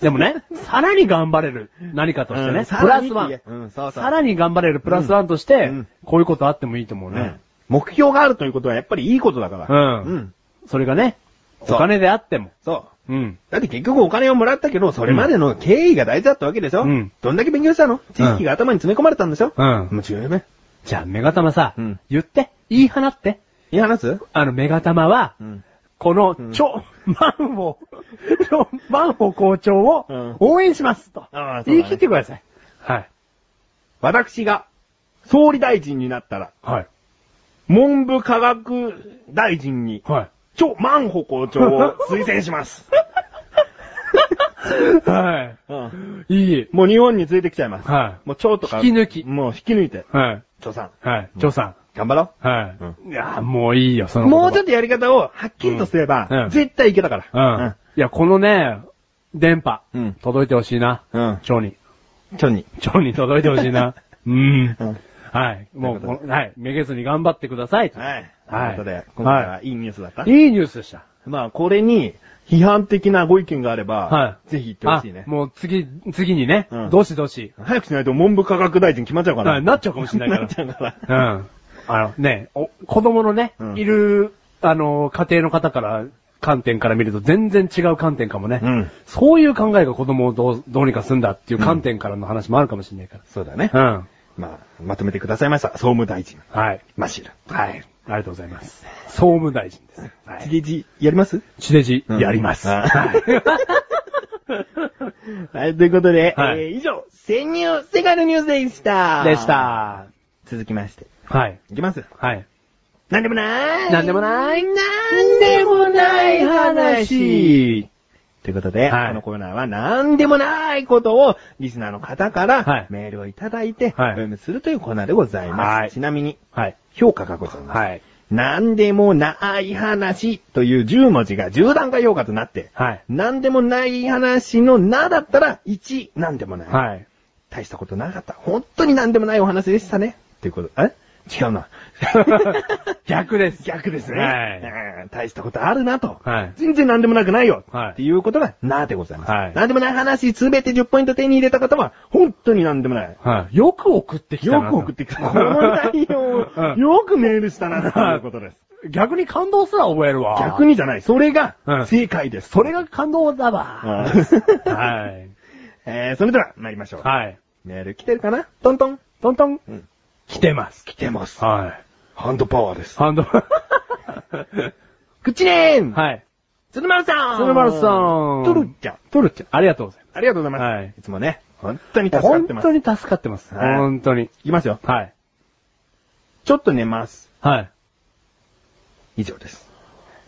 でもね、さらに頑張れる何かとしてね、プラスワン。
うん、そうそう。
さらに頑張れるプラスワンとして、
うん
こういうことあってもいいと思う
うん
ね。
目標があるということはやっぱりいいことだから。
うん
うん。
それがね、
そう
お金であっても。
そう。
うん。
だって結局お金をもらったけど、それまでの経緯が大事だったわけでしょ
うん
どんだけ勉強したの知識が頭に詰め込まれたんでしょ
うん
もう違うよね。
じゃあ、メガ玉さ、
うん
言って、言い放って。
いい話す
あの、メガ玉は、
うん。
この
うん、
ちょ、マンホ、ちょマンホ校長
う
を
ん
応援しますと
ああ。そうだね
言い切ってください。はい。
私が、総理大臣になったら、
はい。
文部科学大臣に、
はい。
超万歩校長を推薦し ます。
は
うん。
い。いい。
もう日本についてきちゃいます。
は
もう超とか。
引き抜き
もう引き抜いて。
い。はい。
長さん、
はい。ジョーさ
頑張ろ
ん。は
う。
い。いや、もういいよ、そうの
もうちょっ
っ
とやり方をはっきりとすれば、
うんうん
絶対いけたか
う
ら
ん。。いや、このね、電波
うん。
届いてほしいな。
うん。
蝶に。
うん。ちょに。
蝶に届いてほし いな。うん
う。ん。
はい。もう
ということ
この、はい。めげずに頑張ってください。
はい。
はい
ということで、今回はいいニュースだった、
いいニュースでした。
まあ、これに批判的なご意見があれば、
はい
ぜひ言ってほしいね
あ。もう次、次にね
うん、
どしどし。
早くしないと文部科学大臣決まっちゃうから。
はいなっちゃうかもしれないから
なっちゃうから。
うん。あのね、お子供のね
うん、
いる、あの、家庭の方から、観点から見ると全然違う観点かもね。
うん
そういう考えが子供をどう、どうにかすんだっていう観点からの話もあるかもしれないか
そうだね。
ら。うん。
まあ、まとめてくださいました。総務大臣。
はい。
マシル。
はい。ありがとうございます。総務大臣です。は
チ
い。
ゲジ、やります
地デジ
うん
やります。
あ
はい。
はい、ということで、
はい
えー、以上、潜入、世界のニュースでした。
でし。た。
続きまして。
はい。
いきます。
はい。
なんでもない。
なんでもない
なんでもない話。。ということで、
はい
このコーナーは何でもないことをリスナーの方か
は
ら
い
メールをいただいて、
は
お
い
読みするというコーナーでございます。
はい
ちなみに、
はい。
評価がございます。
はい。
何でもない話という10文字が10段階評価となって、
はい。
何でもない話のなだったら1、何でもない。
はい。
大したことなかった。本当に何でもないお話でしたね。ということ、え違うな。
逆です。
逆ですね。
はい
うん大したことあるなと。
はい
全然何でもなくないよ。
はい
っていうことが、なでございます。
はい
何でもない話、すべて10ポイント手に入れた方は、本当に何でもない。
はい。よく送ってきた
よ
な
く送ってき た。この内容を、
うん
よくメールしたな、ということです。
逆に感動すら覚えるわ。
逆。にじゃない。それが
う、ん
正解です。
それが感動だ
う
わ。
ん、
はい。
えー、それでは、参りましょう。
はい。
メール来てるかなトントン。
トントン
うん。
来てます。
来てます。
はい。
ハンドパワーです。
ハンド。
くっちねーん
はい。
鶴丸さん
鶴丸さん
トルちゃん。
トルちゃん、ありがとうござい
ありがとうございます。
はい
いつもね、本当に助
ます。
かっ
本
てます。
当に助かってます。
はい
本当に。
いきますよ。
はい。
ちょっと寝ます。
はい。
以上です。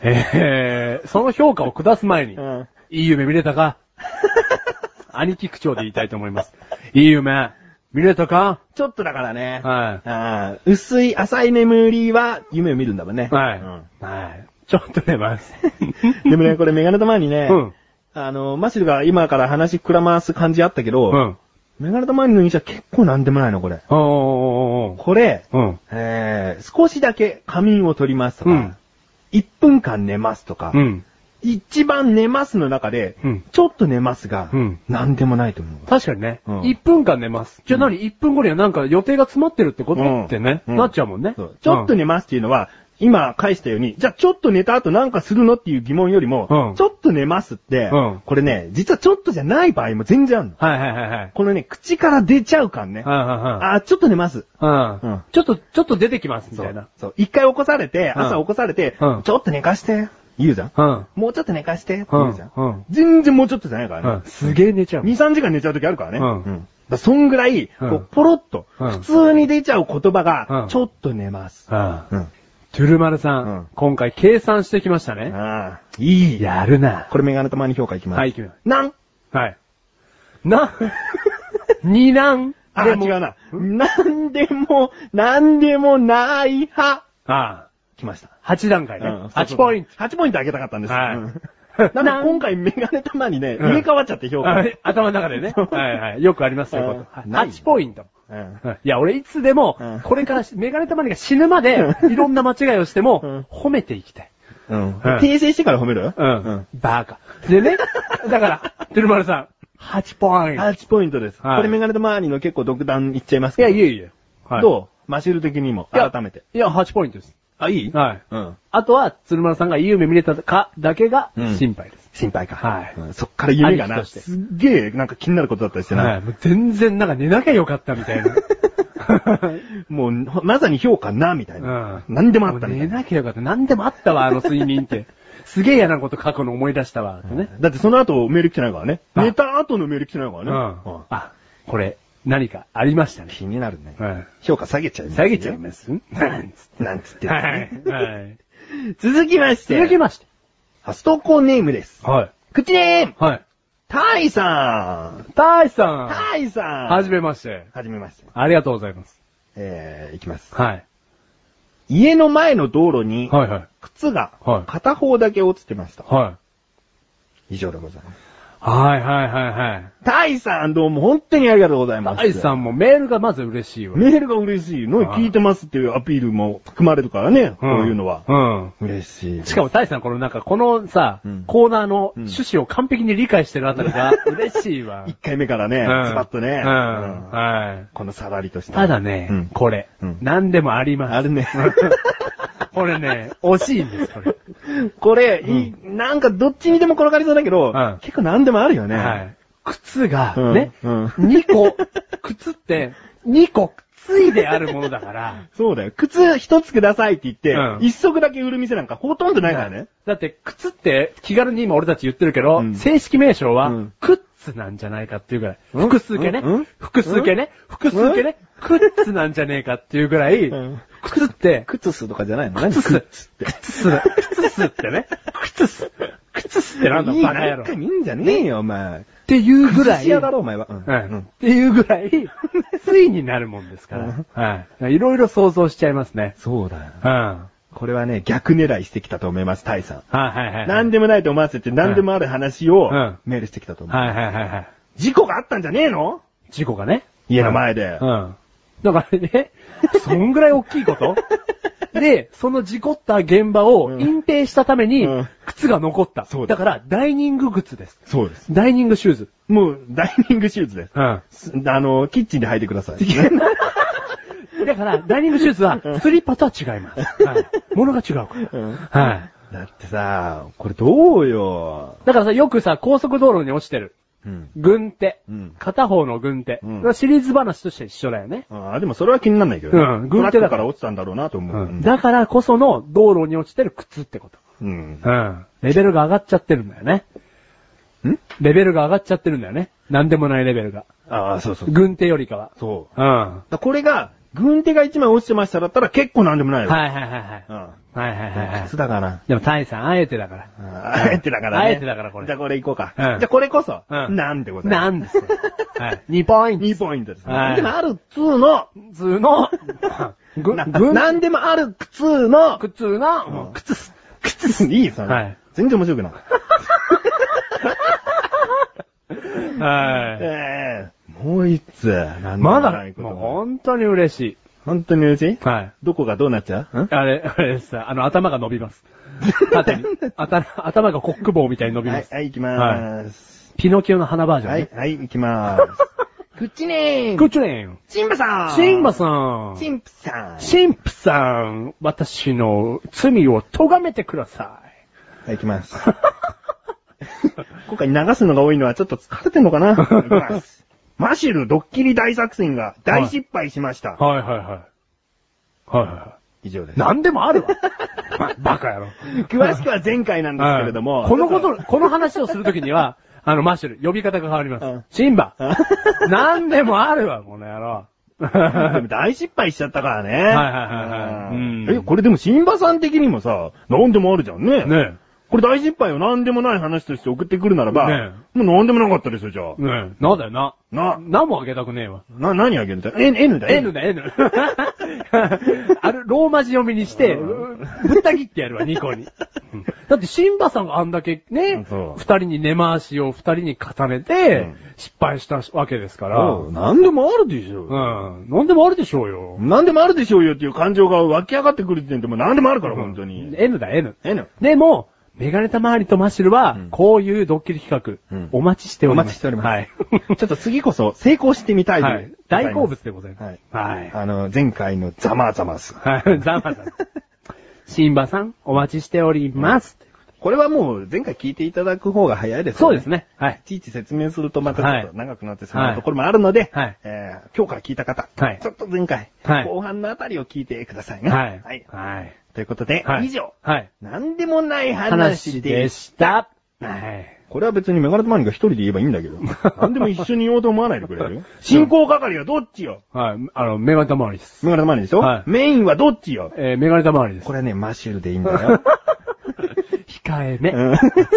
えー、その評価を下す前に、い
ん。
い夢見れ たか兄貴口調で言いたいと思います。いい夢、見れたか
ちょっとだからね。
はい。
あー薄い浅い眠りは夢を見るんだもんね。
はい。
うん
はい。ちょっと出 ます。
でもね、これメガネ玉にね、
うん。
あの、マシルが今から話くらます感じあったけど、
うん。
メガネ玉にの印象は結構なんでもないの、これ。
おーおーおー
これ、
おーうん。
えー、少しだけ仮眠を取りますとか、
うん
1分間寝ますとか、
うん。
一番寝ますの中で、
うん
ちょっと寝ますが、
うん
なんでもないと思う。
確かにね。
うん
1分間寝ます。じゃあ何 ?1 分後にはなんか予定が詰まってるってこと
うん
ってね。
うん
なっちゃうもんね
そう。ちょっと
うん
寝ますっていうのは、今返したように、じゃあちょっと寝た後なんかするのっていう疑問よりも、
うん
ちょっと寝ますって、
うん
これね、実はちょっとじゃない場合も全然あるの。
はいはいはいはい。
このね、口から出ちゃう感ね。
はいはいはい
あー、ちょっと寝ます。
うん
うん
ちょっと、ちょっと出てきます、み
そ
たいな
う。。そう。一回起こされて、
うん
朝起こされて、
うん
ちょっと寝かして、言うじゃん。
うん。
もうちょっと寝かして、言うじゃん。
うん。
全然もうちょっとじゃないからね。
すげえ寝ちゃう。
2、3時間寝ちゃう時あるからね。
うん
だからそんぐらい、こ
う
うんポロッと、
うん
普通に出ちゃう言葉が、
うん
ちょっと寝ます。
ああ
ん。
トゥルマルさ
うん
ん、今回計算してきましたね。
ああ、いい。
やるな。
これメガネたまに評価いきます。
はい、いきます。
なん
はい。な、 二難
あ、
で
違
も
うな。なんでも、なんでもない派。
ああ、
来ました。
八段階ね。八ポイント。
8ポイントあげたかったんです。
はい
うんなんか今回メガネたまにね、
うん
入れ替わっちゃって評価。
あ頭の中でね。はいはい。よくあります、そういうこ
あ
と。
ない
8ポイント。
うん
いや、俺いつでも
うん、
これからしメガネたまりが死ぬまで、いろんな間違いをして
うん
も、褒めていきたい。
うん。
うん
訂正してから褒める
うん。バカ。でね、だから、鶴丸さん、8ポイント。
8ポイントです。
はい
これメガネとマーニーの結構独断いっちゃいます
い
け
や、
ど。
いえいえ。
どうマシュル的にも、
いや
改めて。
いや、8ポイントです。
あ、いい
はい。
うん。
あとは、鶴丸さんがいい夢見れたかだけが
うん
心配です。
心配か。
はい
うんそっから夢が
兄貴
な、
として
すっげえなんか気になることだったりして
は
な。
い。もう全然なんか寝なきゃよかったみた いな。
もう、ほまさに評価な、みたいな。
うん。
何でもあったみた
寝
いな。
なきゃよかった。何でもあったわ、あの睡眠って。すげえ嫌なこと過去の思い出したわ。ってね。
だってその後メール来てないからね。
あ
寝た後のメール来てないから
う
ね。
ん。
うん
あ、これ、何かありましたね。
気になるね。
は
評価下げちゃい
い。
ます。
下げちゃいますなんつっ
なんつってて。
はい。はい。
続きまして。
続きまして。
ハストコネームです。
はい。
口ネーム
はい。
タイさん
タイさん。
タイさん
はじめまして。
はじめまして。
ありがとうございます。
えー、いきます。
はい。
家の前の道路に、
はいはい。
靴が
はい
片方だけ落ちてました。
はい。
以上でございます。
はいはいはいはい。
タイさんどうも本当にありがとうございます。
アイさんもメールがまず嬉しいわ。
メールが嬉しいのに聞いてますっていうアピールも含まれるからね、こういうのは。
うん。
嬉しい
しかも、大イさん、このなんか、このさ、
うん
コーナーの趣旨を完璧に理解してるあたりが、嬉しいわ。
一回目からね、ズ
うん
バッとね。
うん。
うん
はい。
このさらりとした。
ただね、
うん
これ、
うん
何でもあります。
あるね。
これね、惜しいんです、これ。
これ、いいなんかどっちにでも転がりそうだけど、
うん
結構何でもある よね。
はい。靴が、
うん
ね、
うん
2個、靴って、2個くっついであるものだから、
そうだよ。靴一つくださいって言って
うん、
一、足だけ売る店なんかほとんどないからね。
だって、靴って気軽に今俺たち言ってるけど、
うん
正式名称は、
うん
クッツなんじゃないかっていうぐらい。
うん
複数形ね
うん。
複数形ね。複数形ね。クッツなんじゃねえかっていうぐらい、
うん
靴って、
靴すとかじゃないの
靴す、
靴って。
靴す、靴すっ てね。靴す、靴すってなんだ
いい
バカ野郎。
一
っ
回見んじゃねえよ、お前。
ていうぐ
ぐ
ら
ら
い、
い。やがろ、お前は。う
うんっていうぐら い、ついになるもんですから。はい。いろいろ想像しちゃいますね。
そうだよ。
うん。は
これはね、逆狙いしてきたと思います、タイさん。
いはいはい。
何でもないと思わせて何でもある話を
うん
メールしてきたと思う。
はいはいはいはい。
事故があったんじゃねえの
事故がね。
家の前で
う。ん。だか らね、そんぐらい大きいことで、その事故った現場
う
を
ん
隠蔽したために
うん、
靴が残った。
そうで
だ
す
から、ダイニング靴です。
そうです。
ダイニングシューズ。
もう、ダイニングシューズです
うん。
す。あの、キッチンで履いてください。
だから、ダイニングシューズは、スリッパとは違います。はい。物が違うか
うん
ら。はい。
だってさ、これどうよ。
だからさ、よくさ、高速道路に落ちてる。
うん。
軍手。
うん
片方の軍手。
うん
シリーズ話として一緒だよね。
ああ、でもそれは気になんないけどね。
うん軍
軍
手
手
だ
だ
か
からら落ちたんだろうなと思う。うん。
だからこその道路に落ちてる靴ってこと。
うん。
うん。レベルが上がっちゃってるんだよね。
ん
レベルが上がっちゃってるんだよね。なんでもないレベルが。
ああ、そうそう。
軍手よりかは。
そう。
うん。は
だこれが、軍手が一枚落ちてましただったら結構なんでもない
い
よ。
はいはいはい。
うん。
はいはいはいはい
靴。だから。
でも、タイさん、あえてだから。
あえてだからね。
あえてだからこれ
じゃあこれいこうか。
うん
じゃあこれこそ、
うん
なんでございます。
なん ですよ。はい。2ポイント。
2ポイントですね。
はい
なんでもあるっつうの、
普 通の、ぐ
な
軍
なんでもあるっつうの、
普通の、
靴す、靴す、いいさ。
はい
全然面白くない。
はい。
ええもう一つ、なんでも
まだ
ない、こ
もう
と。
本当に嬉し
本当に嬉しい
い。はい。
どこがどうなっちゃうん
あれ、あれです。あの、頭が伸びます。縦に。あた頭がコック棒みたいに伸び
は
ま
い、
す。
はい、行きまーす。
ピノキオの花バージョン、
は
ね
い。、はい、行きま ーす。くっちねー
こっちねん。
チンバさん
シンバさん。
チンプさん
神父さん、私の罪を咎めてくださ
はい、行きます。 今回流すのが多いのはちょっと疲れてんのかな行きますマシュルドッキリ大作戦が大失敗しました。
い。 はいはいはい。はいはいは
以上で
い。
す。
なんでも あるわ。ばバカやろ。
詳しくは前回なんですけれども。
はいこのこと、この話をするときに は、あの、マッシュル、呼び方が変わりま
うん
す。シンバ
う。
なんでもあるわ、この野 郎。
でも 大失敗しちゃったからね。はい
はいはいはいうん
え、これでも、シンバさん的にもさ、なんでもあるじゃんね。
ねえ。
これ大失敗よ。何でもない話として送ってくるならば、
ね
もう何でもなかったですよ、じゃあ。
ねえ。なんだよな。
な、
何もあげたくねえわ。
な、何あげるんだ ?N、N だ、
N だ、N。あれ、ローマ字読みにして、ぶった切ってやるわ、ニコに。だって、シンバさんがあんだけね、
そう
二人に根回しを二人に重ねて
うん、
失敗したわけですから、
うん何でもあるでしょ。
うん。なんでもあるでしょうよ。
何でもあるでしょうよっていう感情が湧き上がってくる時点でもう何でもあるから、本当に。
N だ、N。
N。
でも、メガネたまわりとマッシュルは
うん、
こういうドッキリ企画、
うん
お待ちして
お
おります。
待ちしております。
はい。
ちょっと次こそ成功してみたいで
はい大好物。でございます。
はい。
はい。
あの、前回のザマーザマス。
はい。ざまざま。シンバさん、お待ちしております。
これはもう前回聞いていただく方が早いです、
そうです
ね。
ね。はい
い。ちいち説明するとまたちょっと長くなってしま
は
う
い
ところもあるので、
はい
えー今日から聞いた方、
はい
ちょっと前回、
はい
後半のあたりを聞いてくださいね。
はい。はい。
ということで、
はい
以上、
はい。
なんでもない話
話
で。
ですした。はい。
これは別にメガネとマニが一人で言えばいいん だけど、なんでも一緒に言おうと思わないでくれる進行係はどっちよ
はい。あの、メガネたまわりです。
メガネとマニでしょ、
はい
メインはどっちよ
えーメガネたまわりです
こ。れはね、マッシュルでいいんだ よ。
控えめ
うん。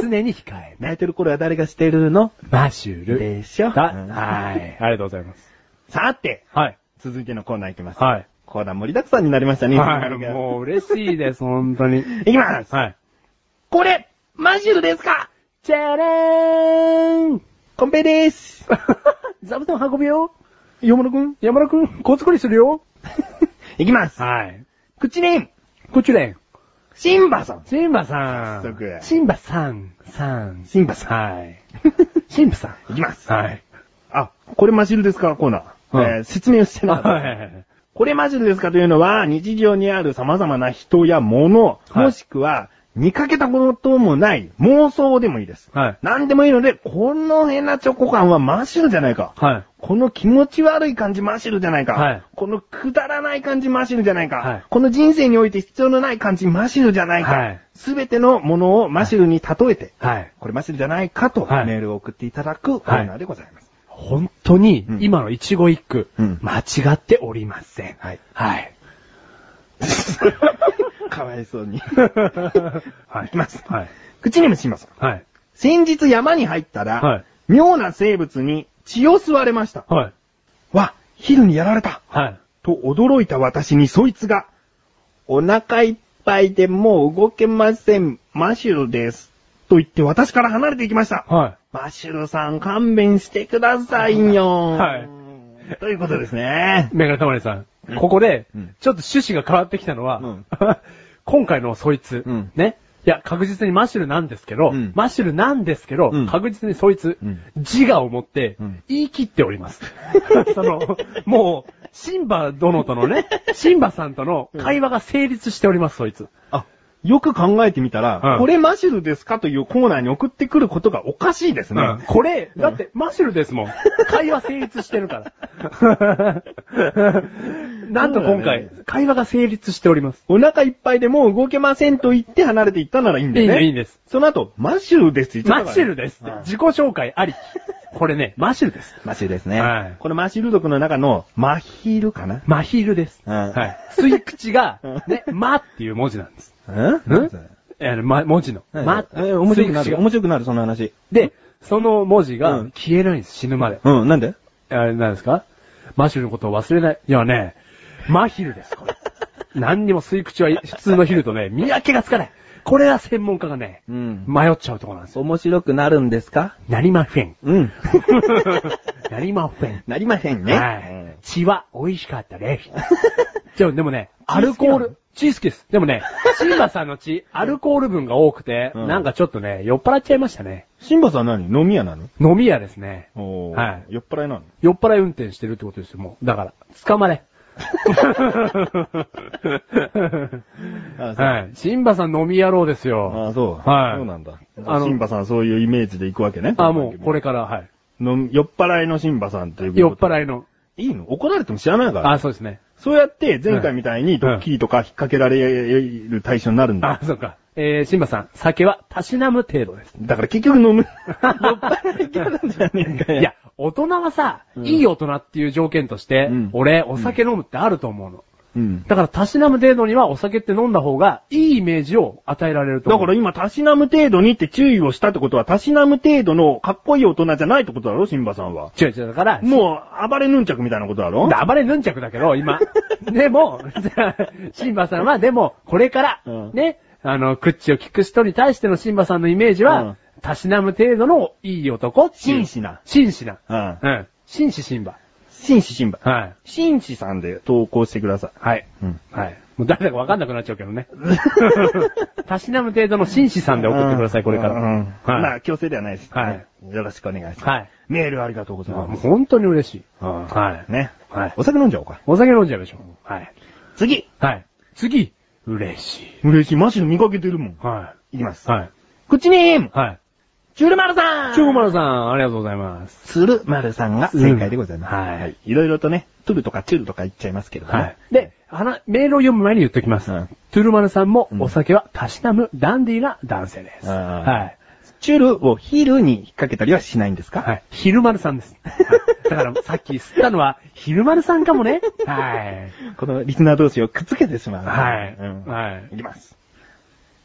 常に控えめ。
泣いてる頃は誰がしてるの
マッシュル。
でしょ
だ
うん
はい。ありがとうございます。
さて、
はい。
続いてのコーナーいきます。
はい。
コーナー盛りだくさんになりましたね。
はい、もう嬉しいです、本当に。
いきます、
はい。
これ、マジルですか
じゃらー ん
コンペです。
座布団運ぶよ
山田くん
山田くん、小作りするよ
いきます。
はい。
口ネーム、
こっちれん。
シンバさん。
シンバさ
早速
ん。シンバさん。さん。
シンバさ
はい。 シンバさ
ん。いきます。
ん。はい。
あ、これマジルですかコーナー。
うん
えー説明をしてなかった。
はい。
これマジルですかというのは、日常にある様々な人や物、
はい
もしくは、見かけたこともない妄想でもいいです。
はい。
何でもいいので、この変なチョコ感はマシュルじゃないか。
はい。
この気持ち悪い感じマシルじゃないか。
はい
このくだらない感じマシルじゃないか。
はい
この人生において必要のない感じマシルじゃない
は
か
い。
すべ、てのものをマシルに例えて、
はい。
これマシルじゃないかと
はい
メールを送っていただくコーナーでござい ます。
本当に
うん、
今の一期一句
うん、
間違っておりません。
はい。
はい。
かわいそうに。
はい
いきます
はい。
口にもします。
はい。
先日山に入ったら、
はい
妙な生物に血を吸われました。
はい。
わ、ヒルにやられた。
はい。
と驚いた私にそいつが、お腹いっぱいでもう動けません。マシュルです。と言って私から離れていきました。
は
マシュルさん勘弁してください よ。
はい
ということですね
い。。メガネたまりさん
うん、
ここで
うん、
ちょっと趣旨が変わってきたのは、
うん
今回のそいつ、
うん
ね。いや、確実にマッシュルなんですけど、
うん
マッシュルなんですけど、
うん
確実にそいつ、
うん
自我を持って
うん、
言い切っております。 その、もう、シンバ殿との ね、シンバさんとの会話が成立しております、そいつ。
あ、よく考えてみたら、
うん
これマシュルですかというコーナーに送ってくることがおかしいですね。
うんこれ、だって、マシュルで すもん。会話成立してるから。なんと今
そう
回
だ、
会話が成立しております。
お腹いっぱいでもう動けませんと言って離れていったならいいんだ
いい
よ
ん
ね。
でいいんです。
その後、マシュルですって言ってたから
マシュルですって
うん。
自己紹介ありき。これね、マシュルです。
マシュルですね。
はい
このマシュル族の中の、マヒルかな
マヒルです。
うん
はい。吸い口が
うん、
ね、マっていう文字なんです。
うん
んえーま、文字の。マ
ま、、え面白くな
吸い口
る。
が
面白くなる、その話。
で、その文字
う
が
ん
消えないんです、死ぬまで。
うん、なんで
あれなんですかマシュルのことを忘れない。いやね、マヒルです、 これ。何にも吸い口は普通のヒルとね、見分けがつかない。これは専門家がね、
うん
迷っちゃうところなんですよ。
面白くなるんですか
なりまフェン。
うん。
なりまフェン。
なりませんね。
はい。血は美味しかっ たです。じゃあでもね、アルコール、血好きです。でもね、シンバさんの血、アルコール分が多くて、
うん
なんかちょっとね、酔っ払っちゃいましたね。
シンバさんは何飲み屋なの
飲み屋ですね。
おー
はい
酔っ払いなの
酔っ払い運転してるってことですよ、もう。だから、捕まれ。
あそう
はい。シンバさん飲み野郎ですよ。
あ、そう。
はい
そうなんだ。
あの
シンバさんはそういうイメージで行くわけね。
あ、もう、これから、はい。
の。酔っ払いのシンバさんということで
酔っ払いの。
いいの怒られても知らないから。
あ、そうですね。
そうやって、前回みたいにドッキリとか引っ掛けられる対象になるんだ
あ。、そうか。えー、シンバさん、酒はたしなむ程度です。
だから結局飲む。 酔っ払いキャラじゃねえか
い
よ。
や、大人はさ、いい大人っていう条件として
うん、
俺、お酒飲むってあると思うの。
うん。
だから、たしなむ程度にはお酒って飲んだ方がいいイメージを与えられると
だ
思う。
から今、たしなむ程度にって注意をしたってことは、たしなむ程度のかっこいい大人じゃないってことだろ、シンバさんは。
違う違う、だから、
もう、暴れヌンチャクみたいなことだろ
暴れヌンチャクだけ ど、今。でも、じゃあシンバさんは、でも、これから、
うん
ね、あの、クッチを聞く人に対してのシンバさんのイメージは、
うん
たしなむ程度のいい男っていう
紳士な
紳士な。
うん。
うん。紳士シンバ。
紳士シンバ。
はい。
紳士さんで投稿してください。
はい。
うん。
はい。もう誰だかわかんなくなっちゃうけ どね。たしなむ程度の紳士さんで送ってください、これから。
うん。うんま
は
あ、
い。
強制ではないです。
はい。
よろしくお願いします。
はい。
メールありがとうござい
も
ま
う
す。
本当に嬉しい。
うん
はい。
ね。
はい
お酒飲んじゃおうか。
お酒飲んじゃうでしょ。はい。
次。
はい。次。嬉しい。
嬉しい。マジで見かけてるもん。
はい
きます。
はい。
口ネーム、
はい。
チュルマルさん
チョコマルさん、ありがとうございます。
つるまるさんが正解でございます。
うんはい
いろいろとね、トゥルとかチュルとか言っちゃいますけどね。
で、あのメールを読む前に言っときます。
うん
トゥルマルさんも
うん
お酒はたしなむダンディーな男性です。
あー
はい。
チュルを昼に引っ掛けたりはしないんですか
はい。昼丸さんです。はいだからさっき吸ったのは昼丸さんかもね。はい。
このリスナー同士をくっつけてしまう。
はい
うん。
はい
いきます。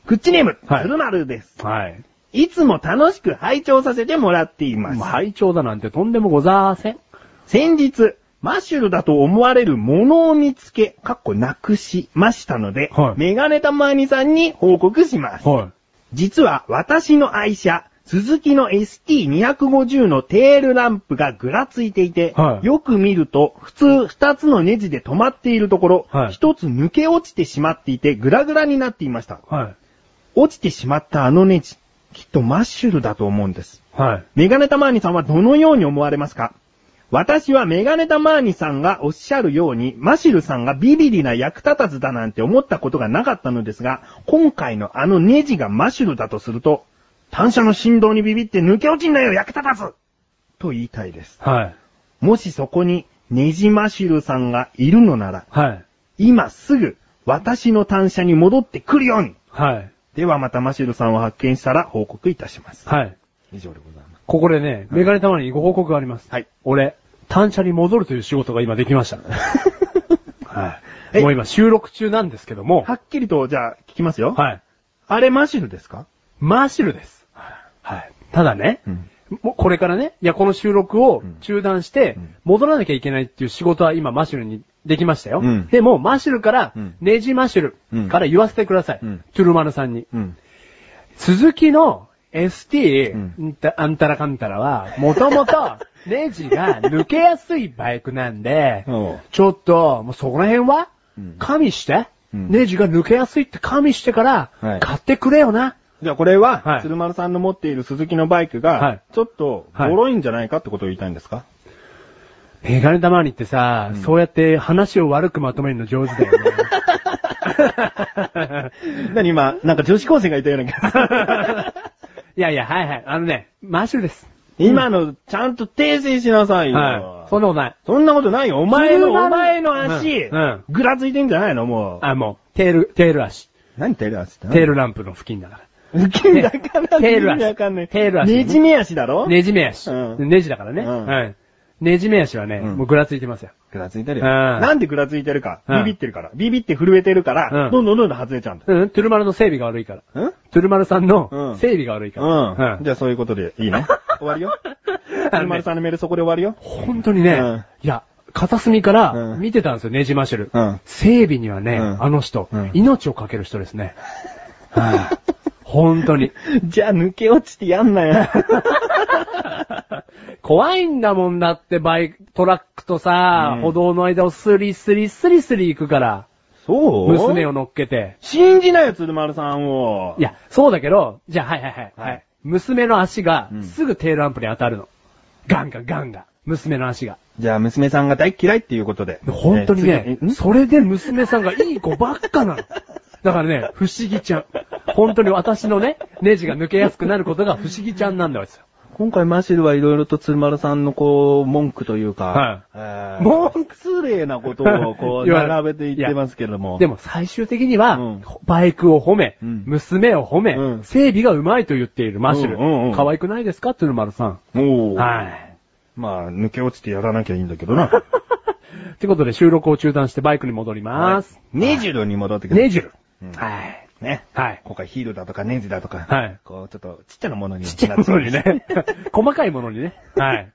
クッチネーム、
はい
つるまるです。
はい。
いつも楽しく拝聴させてもらっています。
拝聴だなんてとんでもござーせん。
先日、マッシュルだと思われるものを見つけ、かっこなくしましたので、
はい
メガネたまにさんに報告します。
は
実は私の愛車、鈴木の ST250 のテールランプがぐらついていて、
はい
よく見ると普通二つのネジで止まっているところ、
はい
一つ抜け落ちてしまっていてぐらぐらになっていました。
い。はい。
落ちてしまったあのネジ、きっとマッシュルだと思うんです。
はい。
メガネタマーニさんはどのように思われますか私はメガネタマーニさんがおっしゃるように、マシルさんがビビリな役立たずだなんて思ったことがなかったのですが、今回のあのネジがマシルだとすると、単車の振動にビビって抜け落ちんなよ役立たずと言いたいです。
はい。
もしそこにネジマシルさんがいるのなら、
はい。
今すぐ私の単車に戻ってくるように
はい。
ではまたマシルさんを発見したら報告いたします。
はい。
以上でございます。
ここでね、メガネたまにご報告があります。
はい。
俺、単車に戻るという仕事が今でき ました。は
え
い。もう今収録中なんですけども
は。っきりと、じゃあ、聞きますよ。
はい。
あれマシルですか
マーシルです。はい。ただね、
ん。
もうこれからね、いや、この収録を
うん
中断して
うん、
戻らなきゃいけないっていう仕事は今マーシルにできましたよ。
うん
でも、マーシルから
うん、
ネジマーシルから言わせてください。
うん
トゥルマルさんに。
うん。
鈴木の ST、
うん
んたあんたらかんたらは、もとも とネジが抜けやすいバイクなんで、
おう
ちょっと、もうそこら辺は
うん、
加味して、
うん
ネジが抜けやすいって加味してから
はい、
買ってくれよな。
じゃあこれは、
はい
鶴丸さんの持っている鈴木のバイクが、
はい
ちょっと、ボ
はい
ロいんじゃないかってことを言いたいんですか、
メガネ玉にってさ、
うん
そうやって話を悪くまとめるの上手だよ ね。
何今、なんか女子高生がいたような 感
いやいや、はいはい。あのね、マッシュルです。
じ。今の、ちゃんと訂正しなさいよ。
はい。
そ
そんなことない。
んなことないよ。お前の、
鶴丸
お前の足、
うんうん
ぐらついてんじゃないのもう。
あ、もう、テール、テール足。
何テール足って
テールランプの付近だか
受けだから、
テール足
意味わかんない
テール足
ねじ目足だろ
ら。ネジ目足。
うん
ネジだからね。
うん
はい。ネジ目足はね、
うん
もうぐらついてますよ。
ぐらついてるよ。
うん
なんでぐらついてるか。
うん
ビビってるから。ビビって震えてるから、
うん
どんどんどんどん外れちゃうんだ。
うん、トゥルマルの整備が悪いから。
んうん。
トゥルマルさん
うん
の整備が悪いから。
じゃあそういうことでい いの終わるよ。丸
あのね
丸さんのメールそこで終わるよ。
本当にね、
うん
いや、片隅から
うん
見てたんですよ、ネジマシュル。
うん
整備にはね、
うん
あの人、
うん
命をかける人ですね。はい本当に。
じゃあ抜け落ちてやんなよ。
怖いんだもんだって、バイク、トラックとさ、
うん
歩道の間をスリスリスリスリ行くから、
そう
娘を乗っけて。
信じなよ、鶴丸さんを。
い。や、そうだけど、じゃあ、はいはいはい。
はい
娘の足が
うん、
すぐテールアンプに当たるの。ガンガンガンガン。娘の足が。
じゃあ娘さんが大嫌いっていうことで。
本当にね
えー、次ん
それで娘さんがいい子ばっかなの。だからね、不思議ちゃん。本当に私のね、ネジが抜けやすくなることが不思議ちゃんなんだわですよ。
今回マシルはいろいろと鶴丸さんのこう、文句というか、はい。文句通例なことをこう、
言われ
並べていってますけれども。
で
も、
も最終的には、
うん
バイクを褒め、
うん
娘を褒め、
うん
整備がうまいと言っているマッシュル。
うんうんうん
可愛くないですかトゥルマルさん。
おー
はい。
まあ、抜け落ちてやらなきゃいいんだけどな。
ってことで収録を中断してバイクに戻ります。
ネジルに戻ってくださ
ネ
い。
ジル。
うん
はい。
ね。
はい。
今回ヒールだとかネジだとか。
はい
こう、ちょっとちっちゃなものに。
ちっちゃいもの に。ね。細かいものにね。はい。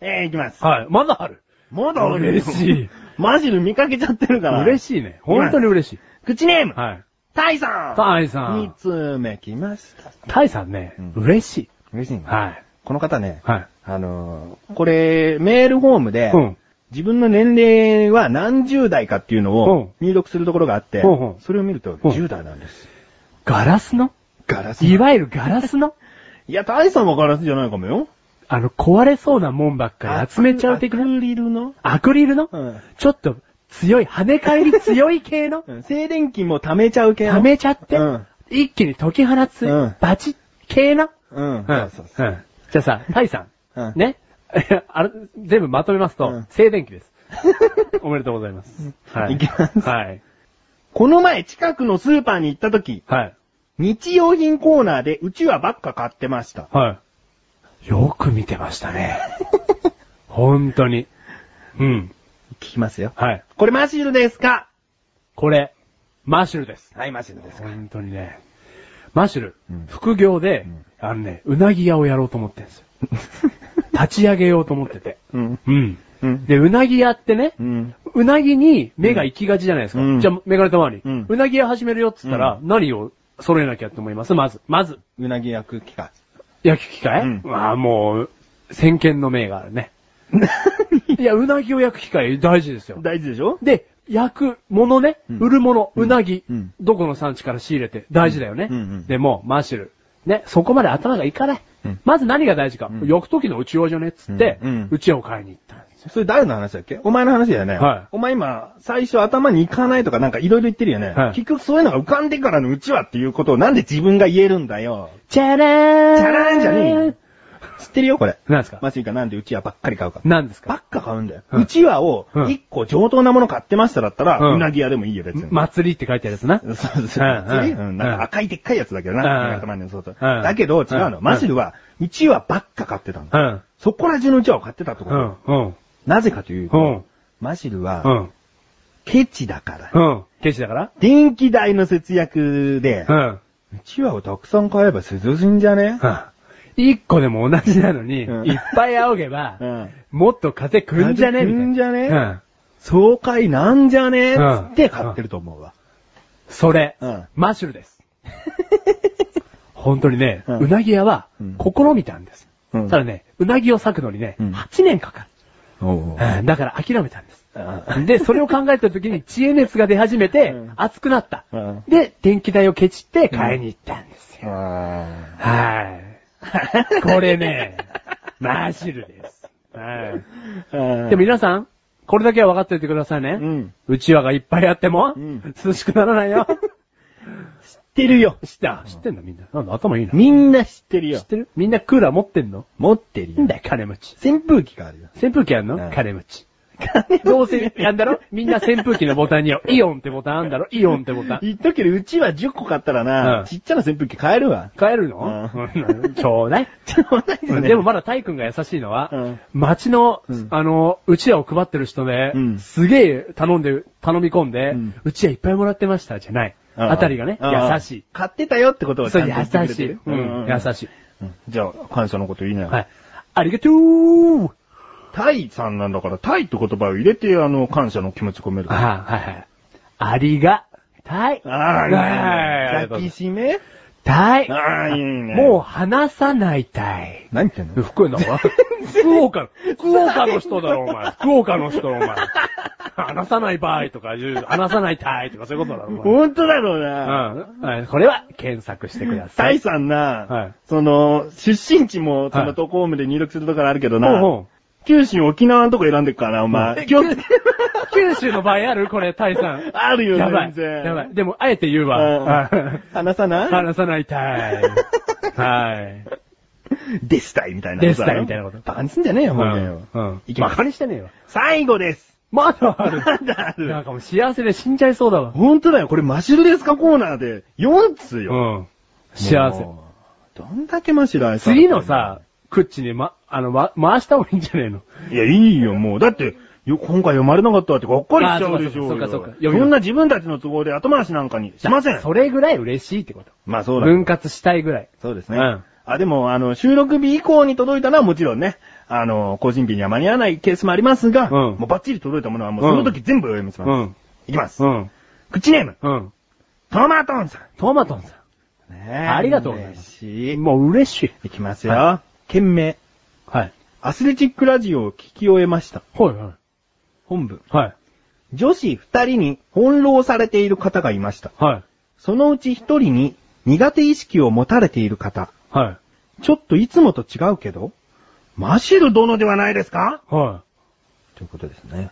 えー、いきます。
はい。まだある。
まだある
嬉しい。
マジで見かけちゃってるから。
嬉
しい。
しいね。本当に嬉しい。
口ネーム、
はい。
タイさん
タイさ
二
ん。
つ目来ました。
タイさんね
うん、
嬉しい。
嬉しいね。
はい。
この方ね、
はい。
あのーこれ、メールフォームで、
うん。
自分の年齢は何十代かっていうの
うん
を入力するところがあって、
うんうん
それを見ると
うん
10代なんです。
ガラスの
ガラス。
いわゆるガラスの
いや、タイさんはガラスじゃないかもよ。
あの、壊れそうなもんばっかり集めちゃう的
ア
な
クリルの
アクリルの
うん
ちょっと強い、跳ね返り強い系の
うん静電気も溜めちゃう 系の。
溜めちゃって
うん、
一気に解き放つ
うん、
バチッ系の
うん。
うん
そうそう
う
そうん
じゃあさ、タイさ
うん
ん。ね あれ全部まとめます
う
と
ん、
静電気です。 おめでとうございます。はい。
いきます
はい。
この前近くのスーパーに行った時、
はい。
日用品コーナーでうちわばっか買ってました。
はい。よく見てまし たね。本当に。うん。
聞きますよ。
はい。
これマシュルですか
これ、マッシュルです。
はい、マシュルですか。
本当にね。マッシュル、
うん
副業で、
うん
あのね、うなぎ屋をやろうと思ってるんです よ。立ち上げようと思ってて。
うん。
うん。
うん。
で、うなぎ屋ってね、
うん。
うなぎに目が行きがちじゃないですか。
うん
じゃあ、メガネたまに、
う
うんなぎ屋始めるよっつったら、何を揃えなきゃって思いますまず、まず、
うなぎ焼く機械。
焼く機械、
うん
ああ、もう、先見の明があるね。いや、うなぎを焼く機械大事ですよ。
大事でしょ
で、焼くものね、
うん
売るもの、
うん
うなぎ、
うん
どこの産地から仕入れて、大事だよね。
うんうん
でも、マッシュル。ね、そこまで頭がいかない。
うん
まず何が大事か、
うん
焼く時のうちわじゃねっつって、
う
うん
うん
ちわを買いに行ったんですよ。
それ誰の話だっけお前の話だよね。
はい
お前今、最初頭に行かないとかなんかいろいろ言ってるよね。
はい
結局そういうのが浮かんでからのうちはっていうことをなんで自分が言えるんだよ。
チャラーン
チャラーンじゃねえよ知ってるよ、これ。
何ですか、
マシンがなんでうちわばっかり買うか。
何です
ば
か
っか買うんだよ。
うん
うちわを
うん
一個上等なもの買ってましただったら、
うん
うなぎ屋でもいいよ、別に。
祭りって書いてあるやつな。
そうそうそう。
うんうん
うんなんか赤いでっかいやつだけどな。
う
な
ん
んかたまにそうそう
うん
だけど違うの。
うん
マシルは、うちわばっか買ってたの。
うん。
そこら中のうちわを買ってたってこ
う
と。
ん。うん。
なぜかというと、
うん
マシル
う
は、
ん。
ケチだから。
うん。ケチだから
電気代の節約で、
うん。
うちわをたくさん買えば涼しいんじゃね
一個でも同じなのに、
うん
いっぱい仰げば、
うん
もっと風来んじゃね
風来んじゃね
みたいなうん。
爽快なんじゃね
うん
つって買ってると思うわ。
それ、
うん
マッシュル です。本当にね、
うん
うなぎ屋は
うん、
試みたんです。
うん
ただね、うなぎを割くのにね、
うん
8年かか
おうおう
る、うんだから諦めたんです。
うん
で、それを考えた時に知恵熱が出始めて
うん、
熱くなった
うん。
で、電気代をケチって買いに行ったんですよ。
あ
はい。これね、マッシュルです。はい。
ー
で、皆さん、これだけは分かっておいてくださいね。
うん
うちわがいっぱいあっても、
うん
涼しくならないよ。
知ってるよ。
知った知ってんだみんな。なんだ頭いいな。
みんな知ってる
知
よ
っ。てるみんなクーラー持ってんの
持ってる
な
よ
ん。だよ、金持ち。
扇風機があるよ。
扇風機あんの、
うん
金持ち。どうせ、や んだろみんな扇風機のボタンによ、イオンってボタンあんだろイオンってボタン。
言っとくけど、うちは10個買ったらな、
うん
ちっちゃな扇風機買えるわ。
買えるの、
うん
ちょうだい。
ちょうどないですね。
でもまだタイ君が優しいのは、
うん
街の、
うん
あの、うちわを配ってる人ね、
うん
すげえ頼んで、頼み込んで、
う
うんちわいっぱいもらってました、じゃない。
うん、
あたりがね、
うん
優しい。。
買ってたよってことをち
そ
ゃ
う、
んと言ってく
優
れ
してい
る。。
うん、優しい。
うんじゃあ、感謝のこと言いなよ。
はい。ありがとう
タイさんなんだから、タイって言葉を入れて、あの、感謝の気持ち込める。
あ、はいはい。ありが、たい。
あ
はい
あ、
ありがとうござ
抱
い
き
ます
しめ
たい。
あーいいね
もう話さないたい。
何言ってん の
福岡は福岡、福岡の人だろ、お前。福岡の人、お前。話さない場合とか言う、話さないたいとかそういうことだろ、お前。
本当だろう
う
な。
んはい。これは検索してくだ
タ
さ
イ
い。
さんな、
はい
その、出身地も、そ
は
の、
い
トコームで入力するところあるけどな、
ほうほう
九州、沖縄のとこ選んでっからな、お前。
え
気をつけ
九州の場合あるこれ、タイさん。
あるよ、
やば
全
い。
然。
やばい。でも、あえて言うわ。
うん。話さない
話さないた い。はい。
でしたいみたいな。
でしたいみたいなこと
バカにすんじゃねえよ、ほんとよ。
うんうん。
いきま
バ
す
カ。にしてねえよ。
最後です。
まだある。
まだあ
なん
る。
かもう幸せで死んじゃいそうだわ。
ほんとだよ、これマシュルですかコーナーで4つよ。
ん。幸せ。
もう。どんだけマシュル愛されて
次
ん
のさ、クッチにま、あの、ま、回した方がいいんじゃねえの
いや、いいよ、もう。だって、よ、今回読まれなかったってがっかりしちゃうでしょうよ。
あーそうかそうかそうかそうか読みます
そんな自分たちの都合で後回しなんかにしません。
それぐらい嬉しいってこと。
まあそうだ。
分割したいぐらい。
そうですね。
うん
あ、でも、あの、収録日以降に届いたのはもちろんね、あの、更新日には間に合わないケースもありますが、
ん
もうバッチリ届いたものはもうその時全部お読みします。
うん。
いきます。
うん。
口ネーム、
うん。
トマトンさ
トマトンさん。
ん。ね。
ありがとうございます
嬉しい。
もう嬉しい。
いきますよ。件名、
はい。
アスレチックラジオを聞き終えました。
はい、はい。
本部。
はい。
女子二人に翻弄されている方がいました。
はい。
そのうち一人に苦手意識を持たれている方。
はい。
ちょっといつもと違うけど、マシル殿ではないですか
は
ということですね。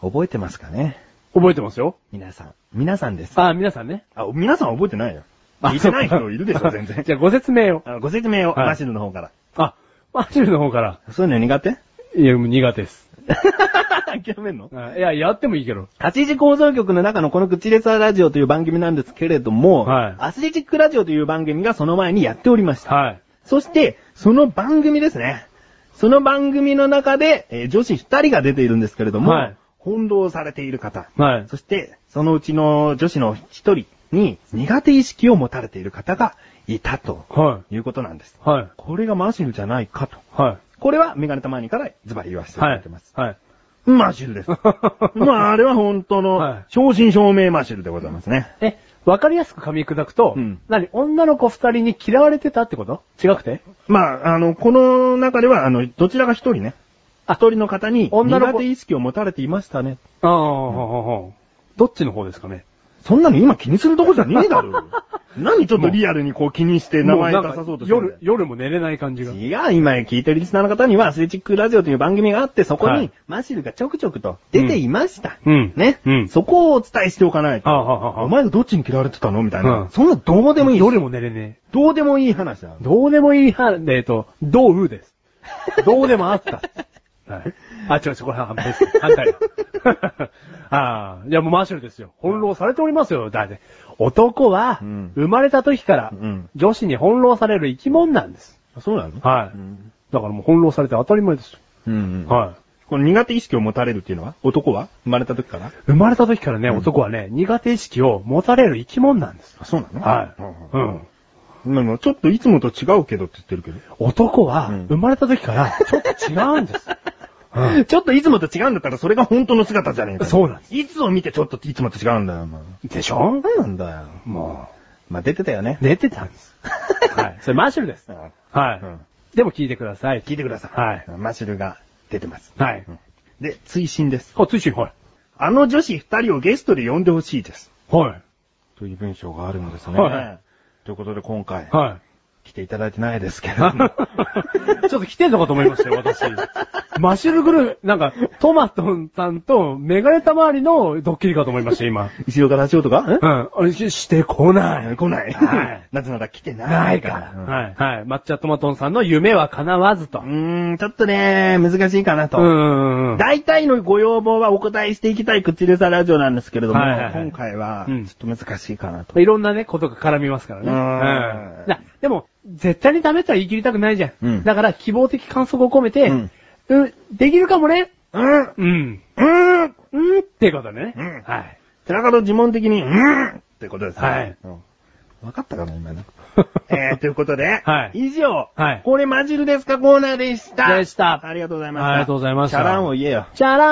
覚えてますかね
い。覚えてますよ。
皆さん。皆さんです。
あ、皆さんね。
あ、皆さん覚えてないよ。聞いてない人いるでしょ、全 然
じ。ゃあご説明を。
あご説明を、
はい
マシルの方から。
あ、マジルの方から。
そういうの苦手
いや、もう苦手です。
諦めんの
あいや、やってもいいけど。
8時構造局の中のこの口列アラジオという番組なんですけれども、
はい
アスレチックラジオという番組がその前にやっておりました。
はい。
そして、その番組ですね。その番組の中で、えー女子2人が出ているんですけれども、
はい
翻弄されている方。
はい。
そして、そのうちの女子の一人に苦手意識を持たれている方がいたと
は
いうことなんです。
い。はい。
これがマシルじゃないかと。
は
これはメガネたまにからズバリ言わせ
い。
ていた
は
だい
い
てます。。
はい。
マシルです。まあ、あれは本当
は
の
い、
正真正銘マシルでございますね。
え、わかりやすく噛み砕くと、
うん
何女の子二人に嫌われてたってこと違くて
まあ、あの、この中では、あの、どちらが一人ね。
あ
一人の方に
女の子
苦手意識を持たれていましたね。
ああ、どっちの方ですかね。
そんなの今気にするとこじゃねえだろ。何ちょっとリアルにこう気にして名前出
もう
さそうとしてんだよ
夜、夜も寝れない感じが。
違う、今聞いてるリスナーの方には、アスレチックラジオという番組があって、そこに、
はい
マシルがちょくちょくと出ていました。
うん
ね、
うん
そこをお伝えしておかないと。
ああ、ああ、
お
ああ。
前がどっちに嫌われてたのみたいな。
うん
そんなどうでもいい。
夜も寝れね
どうでもいい話だ
え。。どうでもいいは、えっと、どうう です。どうでもあった。はい。あ、違う違う、これ反対です。反対だ。 ああ、いやもうマーシュルですよ。翻弄されておりますよ、だって。男は
うん、
生まれた時から
うん、
女子に翻弄される生き物なんです。
そうなの
は
う
い。
ん。
だからもう翻弄されて当たり前ですよ。
うん。
はい。
この苦手意識を持たれるっていうのは男は生まれた時から
生まれた時からね、男はね、苦手意識を持たれる生き物なんです。
あ、そうなの
はいう。
うんん。でもちょっといつもと違うけどって言ってるけど。
男は
うん、
生まれた時から、ちょっと違う んです。うん
ちょっといつもと違うんだったらそれが本当の姿じゃねえかよ。
そうなんで
いつを見てちょっといつもと違うんだよ、お前
でしょ
そうなんだよ。
も
まあ、出てたよね
う、。寝てたんです。はい。それマッシュルです。は
うん
い。でも聞いてください。
聞いてください。
はい。
マシルが出てます。
はい。
で、追伸です。
あ、ついしはい。
あの女子二人をゲストで呼んでほしいです。
はい。
という文章があるんですね。
は
ということで今回、
は
来ていただいてないですけれども。
い。ちょっと来てんのかと思いましたよ、 私。マッシュルグループ、なんか、トマトンさんとメガネた周りのドッキリかと思いました、今。
後ろから足音が、ん
うん。あれししてこない。
来ない
はい。
なぜなら来てな
ないい
か。
からら。はい。はい。抹茶トマトンさんの夢は叶わずと。
うーん、ちょっとね、難しいかな
うんう
と。
んうん。
大体のご要望はお答えしていきたい口でさラジオなんですけれども、
はいはいはい
今回は、
うん
ちょっと難しいかなと。
いろんなね、ことが絡みますから
う
ね。
ん
うん。なでも、絶対にダメとは言い切りたくないじゃん。
うん
だから、希望的観測を込めて、
うん
うんできるかもね。
うん、う
うん。
ーん
うん。っていうことね。
うん
はい。
寺門自問的に、うーんってことですね。
はい
うん。分かったかな、今の。 えー、ということで、
はい
以上、
はい
これマジルですかコーナーでした。
でした
ありがとうございました。
ありがとうございました
チャランを言えよ。
チャラ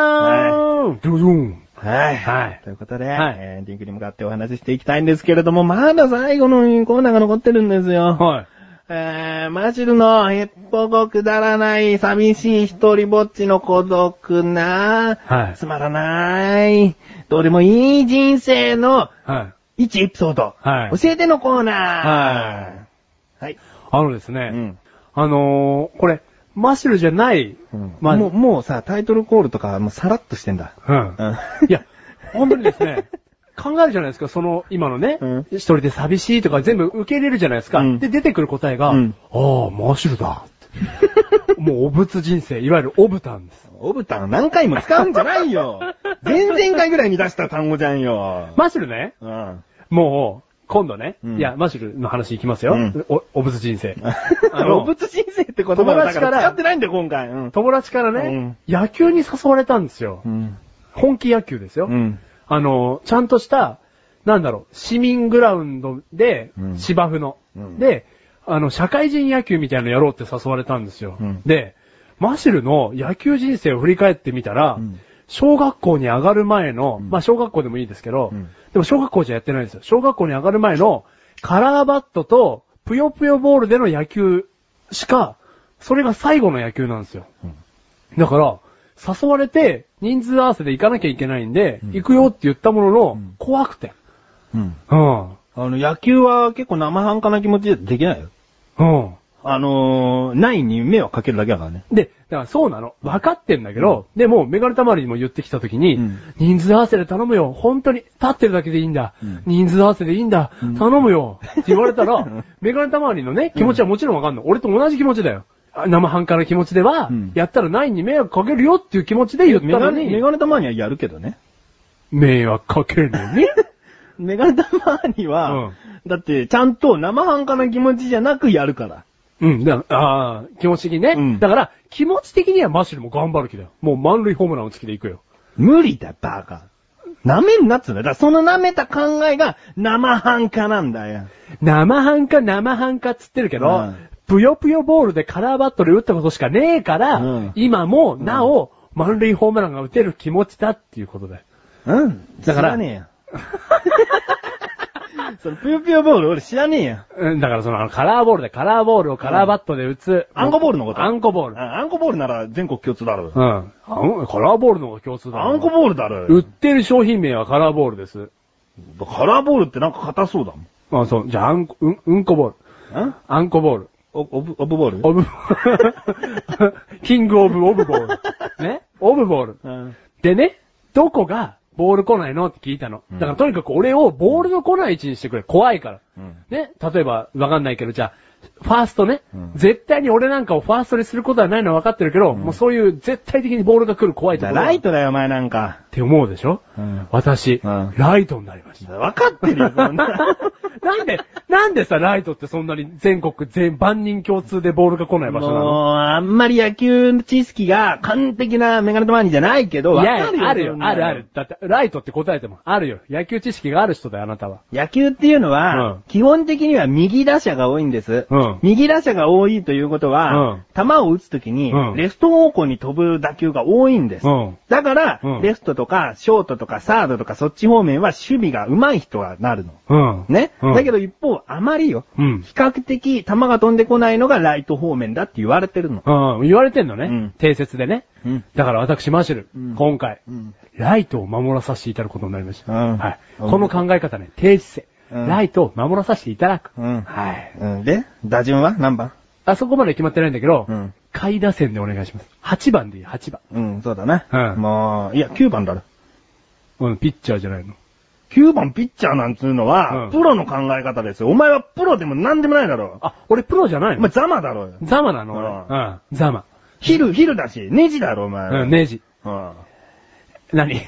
ーンドゥドゥン。
はい。
はい
ということで、
はい
えー、リンクに向かってお話ししていきたいんですけれども、まだ最後のコーナーが残ってるんですよ。
はい。
えー、マジルのヘッポコくだらない寂しい一人ぼっちの孤独な、
はい
つまらない、どうでもいい人生の
はい。
一エピソード、
はい
教えてのコーナー。はい。はい。
あのです
う
ね、
ん。
あのー、これ、マッシュルじゃない、まあ、
もう、もうさ、タイトルコールとか、もうさらっとしてんだ。
うん。 いや、本当にですね、考えるじゃないですか、その、今のね、
うん
一人で寂しいとか全部受け入れるじゃないですか。
うん
で、出てくる答えが、
うん
ああ、マシュルだって。もう、お仏人生、いわゆるオブタンです。
オブタン何回も使うんじゃないよ前々回ぐらいに出した単語じゃんよ。
マシュルね、
うん。
もう、今度ね、
うん
いや、マシュルの話いきますよ。
うん
お、おぶつ人 生。あの
動物人生って言葉が
友
だ
達
か
から
ら使ってないんだよ、今回。うん。
友達からね、野球に誘われたんですよ。
うん。
本気野球ですよ。
うん。
あの、ちゃんとした、なんだろう、市民グラウンドで
う、ん
芝生の、
うん
で、あの、社会人野球みたいなのやろうって誘われたんですよ。
うん
で、マシルの野球人生を振り返ってみたら、
うん
小学校に上がる前の、
うん
まあ小学校でもいいですけど、
うん
でも小学校じゃやってないんですよ。小学校に上がる前の、カラーバットと、ぷよぷよボールでの野球しか、それが最後の野球なんですよ。だから、誘われて、人数合わせで行かなきゃいけないんで、
うん
行くよって言ったものの、
うん
怖くて。
うん。
うん。
あの、野球は結構生半可な気持ちでできないよ。
うん。
あのー、ないに迷惑かけるだけだからね。
で、だからそうなの。分かってんだけど、でも、メガネたまりにも言ってきた時に、
うん
人数合わせで頼むよ。本当に、立ってるだけでいいんだ。
うん
人数合わせでいいんだ。
うん
頼むよ。って言われたら、
うん
メガネたまりのね、気持ちはもちろんわかんない。俺と同じ気持ちだよ。あ生半可な気持ちでは、
うん
やったらナインに迷惑かけるよっていう気持ちで言った
メガ
の
ネ、
に、
メガネたまにはやるけどね。
迷惑かけるのに。
メガネたまには、だって、ちゃんと生半可な気持ちじゃなくやるから。
うん、だああ、気持ち的にね。
うん
だから、気持ち的にはマッシュルも頑張る気だよ。もう満塁ホームランをつけていくよ。
無理だ、バカ。舐めんなっつうんだよ。だからその舐めた考えが生半可なんだよ。
生半可、生半可っつってるけど、
うん
ぷよぷよボールでカラーバットで打ったことしかねえから、
うん
今も、なお、満塁ホームランが打てる気持ちだっていうことだよ。
うん。
だから
知らねえよ。 そのぷよぷよボール俺知らねえよ。
うん、だからその、あのカラーボールで、カラーボールをカラーバットで打つ。
あんこボールのこと
あんこボール。
ああんこボールなら全国共通だろ
う。ん。あんカラーボールの方が共通だな。
あんこボールだろ。
売ってる商品名はカラーボールです。
カラーボールってなんか硬そうだもん。
あ、そう。じゃあ、あんこ、うん、うんこボール。
ん
あんこボール。
お、オブ、オブボール
オブ、 キングオブオブボー ル。ねオブボール。
うん。
でね、どこがボール来ないのって聞いたの。
うん
だからとにかく俺をボールの来ない位置にしてくれ。怖いから。
うん
ね例えば、わかんないけど、じゃあ、ファーストね、
うん
絶対に俺なんかをファーストにすることはないのは分かってるけど、もうそういう絶対的にボールが来る怖いとこ
だ
ろ。
ライ
ト
トだよ、お前なんか。
って思うでしょ、
うん
私、
うん
ライトになりました。
わかってるよ、そんな。
なんで、なんでさ、ライトってそんなに全国全万人共通でボールが来ない場所なの
もう、あんまり野球の知識が完璧なメガネとマニじゃないけど、わ
い
か
や
るよ。
あるよ
そ、んなの
あるある。。だって、ライトって答えても、あるよ。野球知識がある人だよ、あなたは。
野球っていうのは、
うん
基本的には右打者が多いんです。
うん
右打者が多いということは、
うん
球を打つときに、
うん
レフト方向に飛ぶ打球が多いんです。
ん。
だから、
うん
レフトとか、ショートとか、サードとか、そっち方面は守備が上手い人はなるの。
うん。
ね、
うん
だけど一方、あまりよ。
うん。
比較的、球が飛んでこないのがライト方面だって言われてるの。
うん。言われてんのね。
うん
定説でね。
うん。
だから私、マシュル、
うん
今回、
うん。
ライトを守らさせていただくことになりました。
うん
はい。
うん
この考え方ね、定説
うん
ライトを守らさせていただく。
うん
はい。
うん、で、打順は何番
あそこまで決まってないんだけど、
うん
下位打線でお願いします。8番でいい、8番。
うん、そうだな。
うん
もう、いや、9番だろ。
うん、ピッチャーじゃないの。
9番ピッチャーなんつうのは、
うん
プロの考え方ですよ。お前はプロでも何でもないだろ。
あ、俺プロじゃない
お
の、
前、ザマだろよ。
ザマなの、俺。
う
うん。ザマ。
ヒル、ヒルだし、ネジだろ、お前。
うん、ネジ。
うん。
何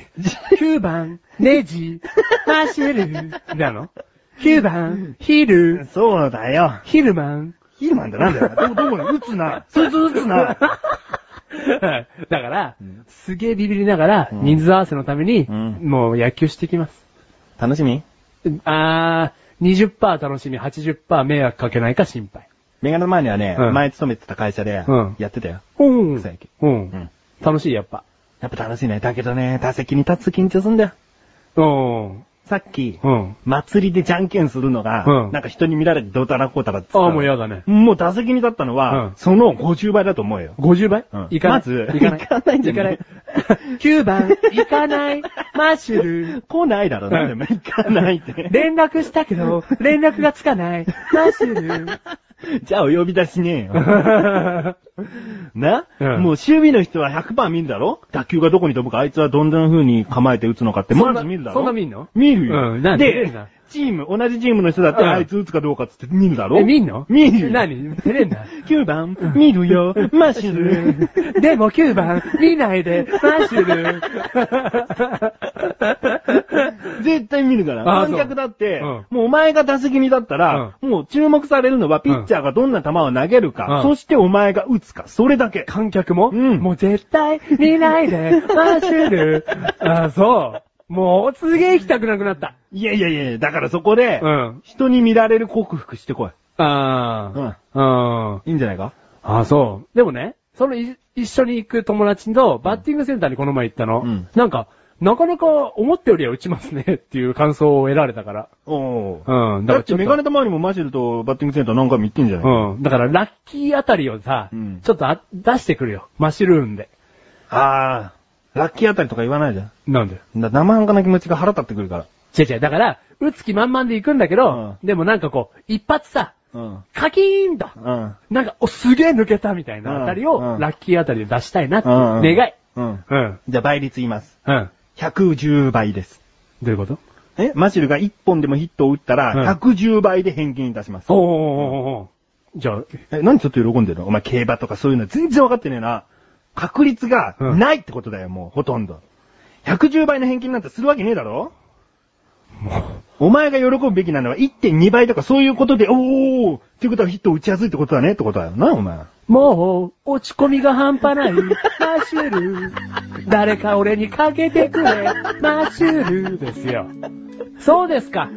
?9 番、ネジ、マシュル。なの ?9 番、ヒル、
そうだよ。
ヒルマン。
ヒルマンだ なんだよ。どこ、どこに打つな。そいつ打つな。
だから
うん、
すげえビビりながら、
うん
人数合わせのために、
うん
もう野球してきます。
楽しみ
あー、20%楽しみ、80%迷惑かけないか心配。
メガネの前にはね、
うん
前勤めてた会社で
うん、
やってたよ。
うん
草野球
う
うんん。
楽しい、やっぱ。
やっぱ楽しいね。だけどね、打席に立つと緊張すんだよ。
うん。
さっき、
うん。
祭りでじゃんけんするのが、
うん
なんか人に見られてどうたらこうたらって
あー、もう嫌だね。
もう打席に立ったのは、
うん
その50倍だと思うよ。
50倍、
うん
いかない。
まず
いかない。
いかないんじゃない
いかない ?9 番、いかない、マシュ ル。
来ないだろ、なんでも行かないって。
連絡したけど、連絡がつかない。マッシュル。
じゃあお呼び出しね えよ。な、
うん
もう守備の人は100%見るだろ打球がどこに飛ぶか、あいつはどんな風に構えて打つのかって、
そんな
まず見るだろ
そんな見んの
見るよ。
うんなんで見
で
るな、
チーム、同じチームの人だって、
うん
あいつ打つかどうかっつって見るだろ
え、見んの
見るよ。
何照れんな。
9番、見るよ、マッシュル。
でも9番、見ないで、マッシュル。
絶対見るから。
あ
観客だって、
そう
もうお前が打席にだったら、もう注目されるのはピッチャーがどんな球を投げるか、
うん
そしてお前が打つか、それだけ。
観客も、
うん
もう絶対見ないで、マッシュル。あ、そう。もう、すげえ行きたくなくなった。
いやいやいや、だからそこで、
ん。
人に見られる克服してこい。
あ
うん。
あ。うん。
いいんじゃないか
あ、そう。でもね、そのい一緒に行く友達とバッティングセンターにこの前行ったの。
うん
なんか、なかなか思ったよりは打ちますね っていう感想を得られたから。
おー。
うん。だ
だっ
から
て
ちょっと
メガネたまわりもマシルとバッティングセンター何回も行ってんじゃない、
うん。だからラッキーあたりをさ、
うん
ちょっとあ出してくるよ。マッシュルーンで。
あー、ラッキーあたりとか言わないじゃん。
なんで
だ生半可な気持ちが腹立ってくるから。
違う違う。だから、打つ気満々で行くんだけど、でもなんかこう、一発さ、
うん。
カキーンと、
うん。
なんか、お、すげえ抜けたみたいなあたりを、
うんうん
ラッキーあたりで出したいなっていう
うんうん
願い。
うん。
うん。
じゃあ倍率言います。
うん。
110倍です。
どういうこと
えマシルが1本でもヒットを打ったら、110倍で返金いたします。
おーおーおーおーじゃあ、
え、何ちょっと喜んでるのお前競馬とかそういうの全然わかってねえな。確率が
うん
ないってことだよ、もう、ほとんど。110倍の返金なんてするわけねえだろお前が喜ぶべきなのは1.2倍とかそういうことで、おーっていうことはヒットを打ちやすいってことだねってことだよな、お前。
もう、落ち込みが半 端ない、マッシュル。誰か俺にかけてくれ、マッシュルですよ。そうですか。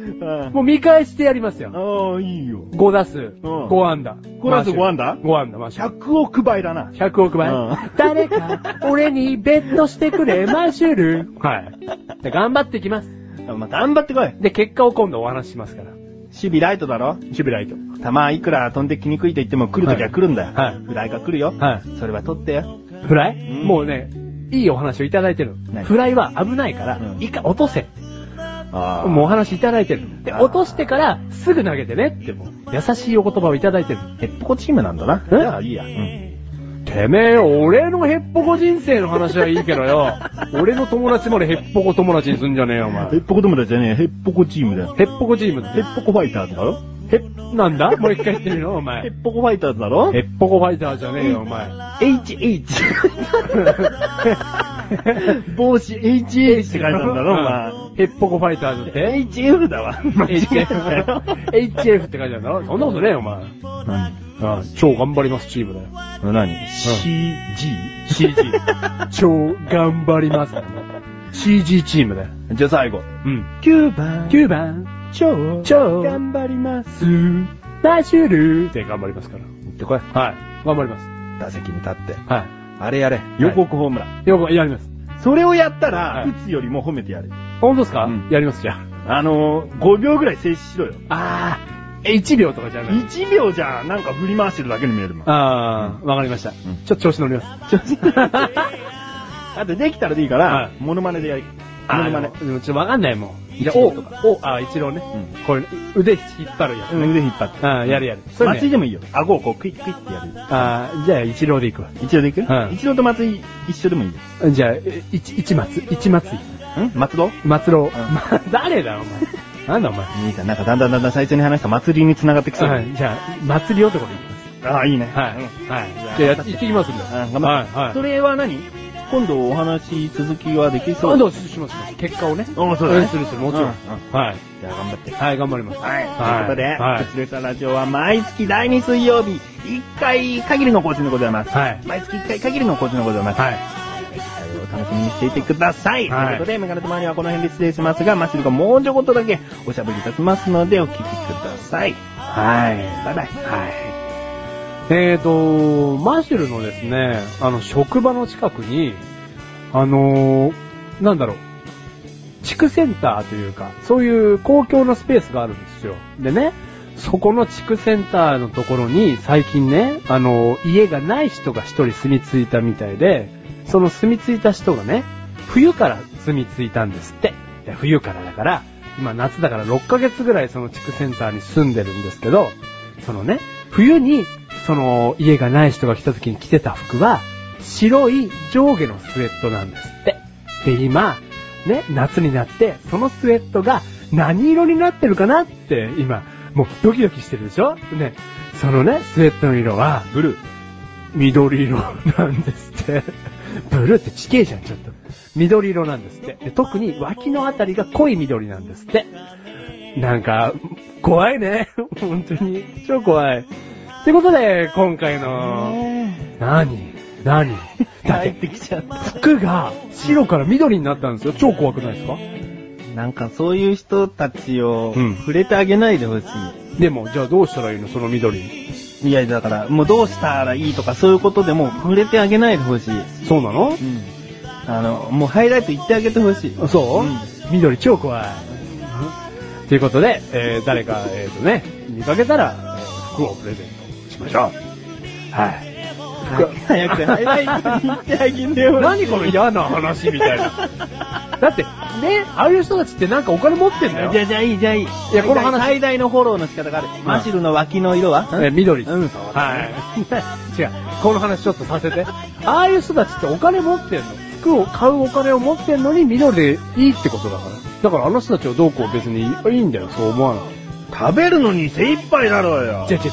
もう見返してやりますよ。
ああ、いいよ。
5打数、5安打。
5打数5安打
マッシュル ?5 安打、マッシュル。
100億倍だな。
100億倍、
うん
誰か、俺にベットしてくれ、マッシュル。はい。で頑張ってきます。
まあ、頑張ってこい。
で、結果を今度お話ししますから。
守備ライトだろ
守備ライト。
たまいくら飛んできにくいと言っても来るときは来るんだよ。
はい
フライが来るよ。
は
それは取ってよ。
フライ、
うん
もうね、いいお話をいただいてる
何。
フライは危ないから
うん、
一回落とせ。
あ
もうお話いただいてる。で、
あー
落としてからすぐ投げてねってもう、優しいお言葉をいただいてる。
ヘッポコチームなんだな。じゃあいいや。うん。
てめえ、俺のヘッポコ人生の話はいいけど よ。俺の友達までヘッポコ友達にすんじゃねえよ、お前
ヘッポコ友達じゃねえ、ヘッポコチームだよ。
ヘッポコチームって
ヘッポコファイターズだろ
ヘッ、なんだもう一回言ってみろ、お
ヘ
前。
ッポコファイターズだろ
ヘッポコファイターじゃねえよ、お前。
HH。帽子 HH って書いてあるんだろ、お前。
ヘ ッポコファイターズって。
HF だわ。間違え
HF
たよ。
HF って書いてあるんだろそんなことねえよ、お前。ああ超頑張りますチームだよ。
何何 ?CG?
CG。超頑張ります。CG チームだよ。
じゃあ最後。
うん。
9番
9番、
超
超
頑張ります。
スー、マッシュルーって頑張りますから。
行ってこい。
はい。頑張ります。
打席に立って。
は
あれやれ。予告ホームラン。
い。よく、やります。
それをやったら、
はい
打つよりも褒めてやる。
本当ですか、
うん
やります、じゃ
あのー、5秒ぐらい静止しろよ。
あ。あー、え、1秒とかじゃない。
1秒じゃ、なんか振り回してるだけに見えるもん。
ああ、わかりました。
ん
ちょっと調子乗ります。調子乗ります。
あと、できたらでいいから、
はい
モノマネでやる。モノ
あ
マ
あ、
ネ
で。もちょっとわかんないもん。じゃあ、
一
お
郎とか、
お、ああ、一郎ね。
う
これ、腕引っ張るやつ
うん、
ね。
腕引っ張って。
ああ、やるやる。それね
松井でもいいよ。顎をこう、クイックイッってやる。
ああ、じゃあ、一郎で行くわ。
一度でいく、
うん
一度と松井一緒でもいいよ。
じゃあ、え一、一松、一松井、
ん松戸
松郎。
うん
ま 誰だ、お前。 なんだ、お前。
いいじゃん。なんかだんだんだんだん最初に話した祭りに繋がってきそう。
はい、じゃあ、祭り男で行きます。
ああ、いいね。
はい、
うん
はい。じゃあ、やって行ってきますんで。
あ頑張って。
はい、はい。
それは何今度お話、続きはできそう
今度、します、します。結果をね。
おうそうだ
う
ね
んする、する、もちろん。
うん
はい。
じゃあ頑張って。
はい、頑張ります。
はい。
は
とい
い
うことで、
はい
プチルタラジオは毎月第2水曜日、1回限りの更新でございます。
はい。
毎月1回限りの更新でございます。
はい。
お楽しみにしていてください。
はい
ということで、メガネとマニはこの辺で失礼しますが、マシルがもうちょこっとだけおしゃべりいたしますので、お聞きください。
はい。
バイバイ。
はい。えーと、マシュルのですね、あの、職場の近くに、あのーなんだろう、地区センターというか、そういう公共のスペースがあるんですよ。でね、そこの地区センターのところに最近ね、あのー家がない人が一人住み着いたみたいで、その住み着いた人がね、冬から住み着いたんですって。で冬からだから、今夏だから6ヶ月ぐらいその地区センターに住んでるんですけど、そのね、冬に、その、家がない人が来た時に着てた服は、白い上下のスウェットなんですって。で、今、ね、夏になって、そのスウェットが何色になってるかなって、今、もうドキドキしてるでしょね、そのね、スウェットの色は、
ブルー。
緑色なんですって。 ブルーって地形じゃん、ちょっと。緑色なんですって。で特に脇のあたりが濃い緑なんですって。なんか、怖いね。 本当に。超怖い。ってことで、今回の、何何だっ、
帰っててきちゃった。
服が白から緑になったんですよ。超怖くないですか
なんかそういう人たちを
うん
触れてあげないでほし
でも、じゃあどうしたらいいのその緑。
い。いや、だから、もうどうしたらいいとかそういうことでもう触れてあげないでほしい。
そうなの
うん。あの、もうハイライト言ってあげてほしい。
そう、
ん
緑超怖い。ということで、えー誰か、えっ、とね、見かけたら、えー服をプレゼントしましょう。はい。
早くハイライト言ってあげてよ。
何この嫌な話みたいな。だって、ね、ああいう人たちってなんかお金持ってんだよ。
じゃあ、じゃあいい、じゃあいい。
いやこの話
最大のフォローの仕方がある。マシルの脇の色は
えー緑。
うん
はい。違 う。この話ちょっとさせて。ああいう人たちってお金持ってんの。服を買うお金を持ってんのに緑でいいってことだから。だからあの人たちをどうこう別にいいんだよ、そう思わない。
食べるのに精一杯だろうよ
違う違う違う。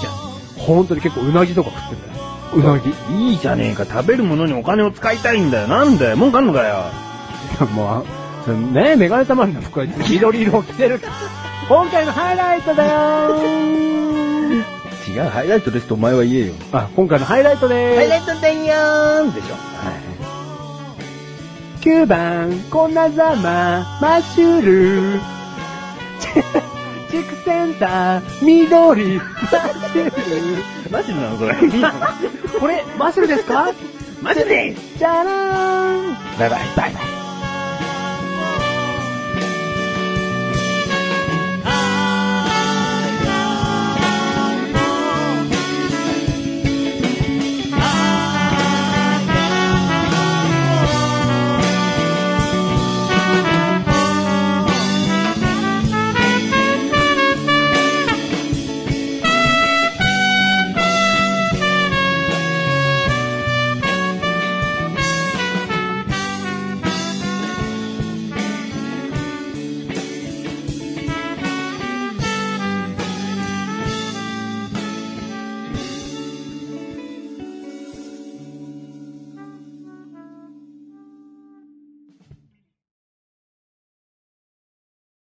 本当に結構うなぎとか食ってんだよ。うなぎ。
いいじゃねえか、食べるものにお金を使いたいんだよ。なんだよ、文句あんのかよ。
もう、そのねメガネたまりの服は緑色を着てる。今回のハイライトだよー
違う、ハイライトですとお前は言えよ。
あ、今回のハイライトでーす。
ハイライトだよーんでしょ。
9番、こんなざま、マッシュル。 チェックセンター、 緑、マッシュル。
マジなのこれ。
これ、マッシュルですか
マジで
じゃらーん。
バイバイ、バイバイ。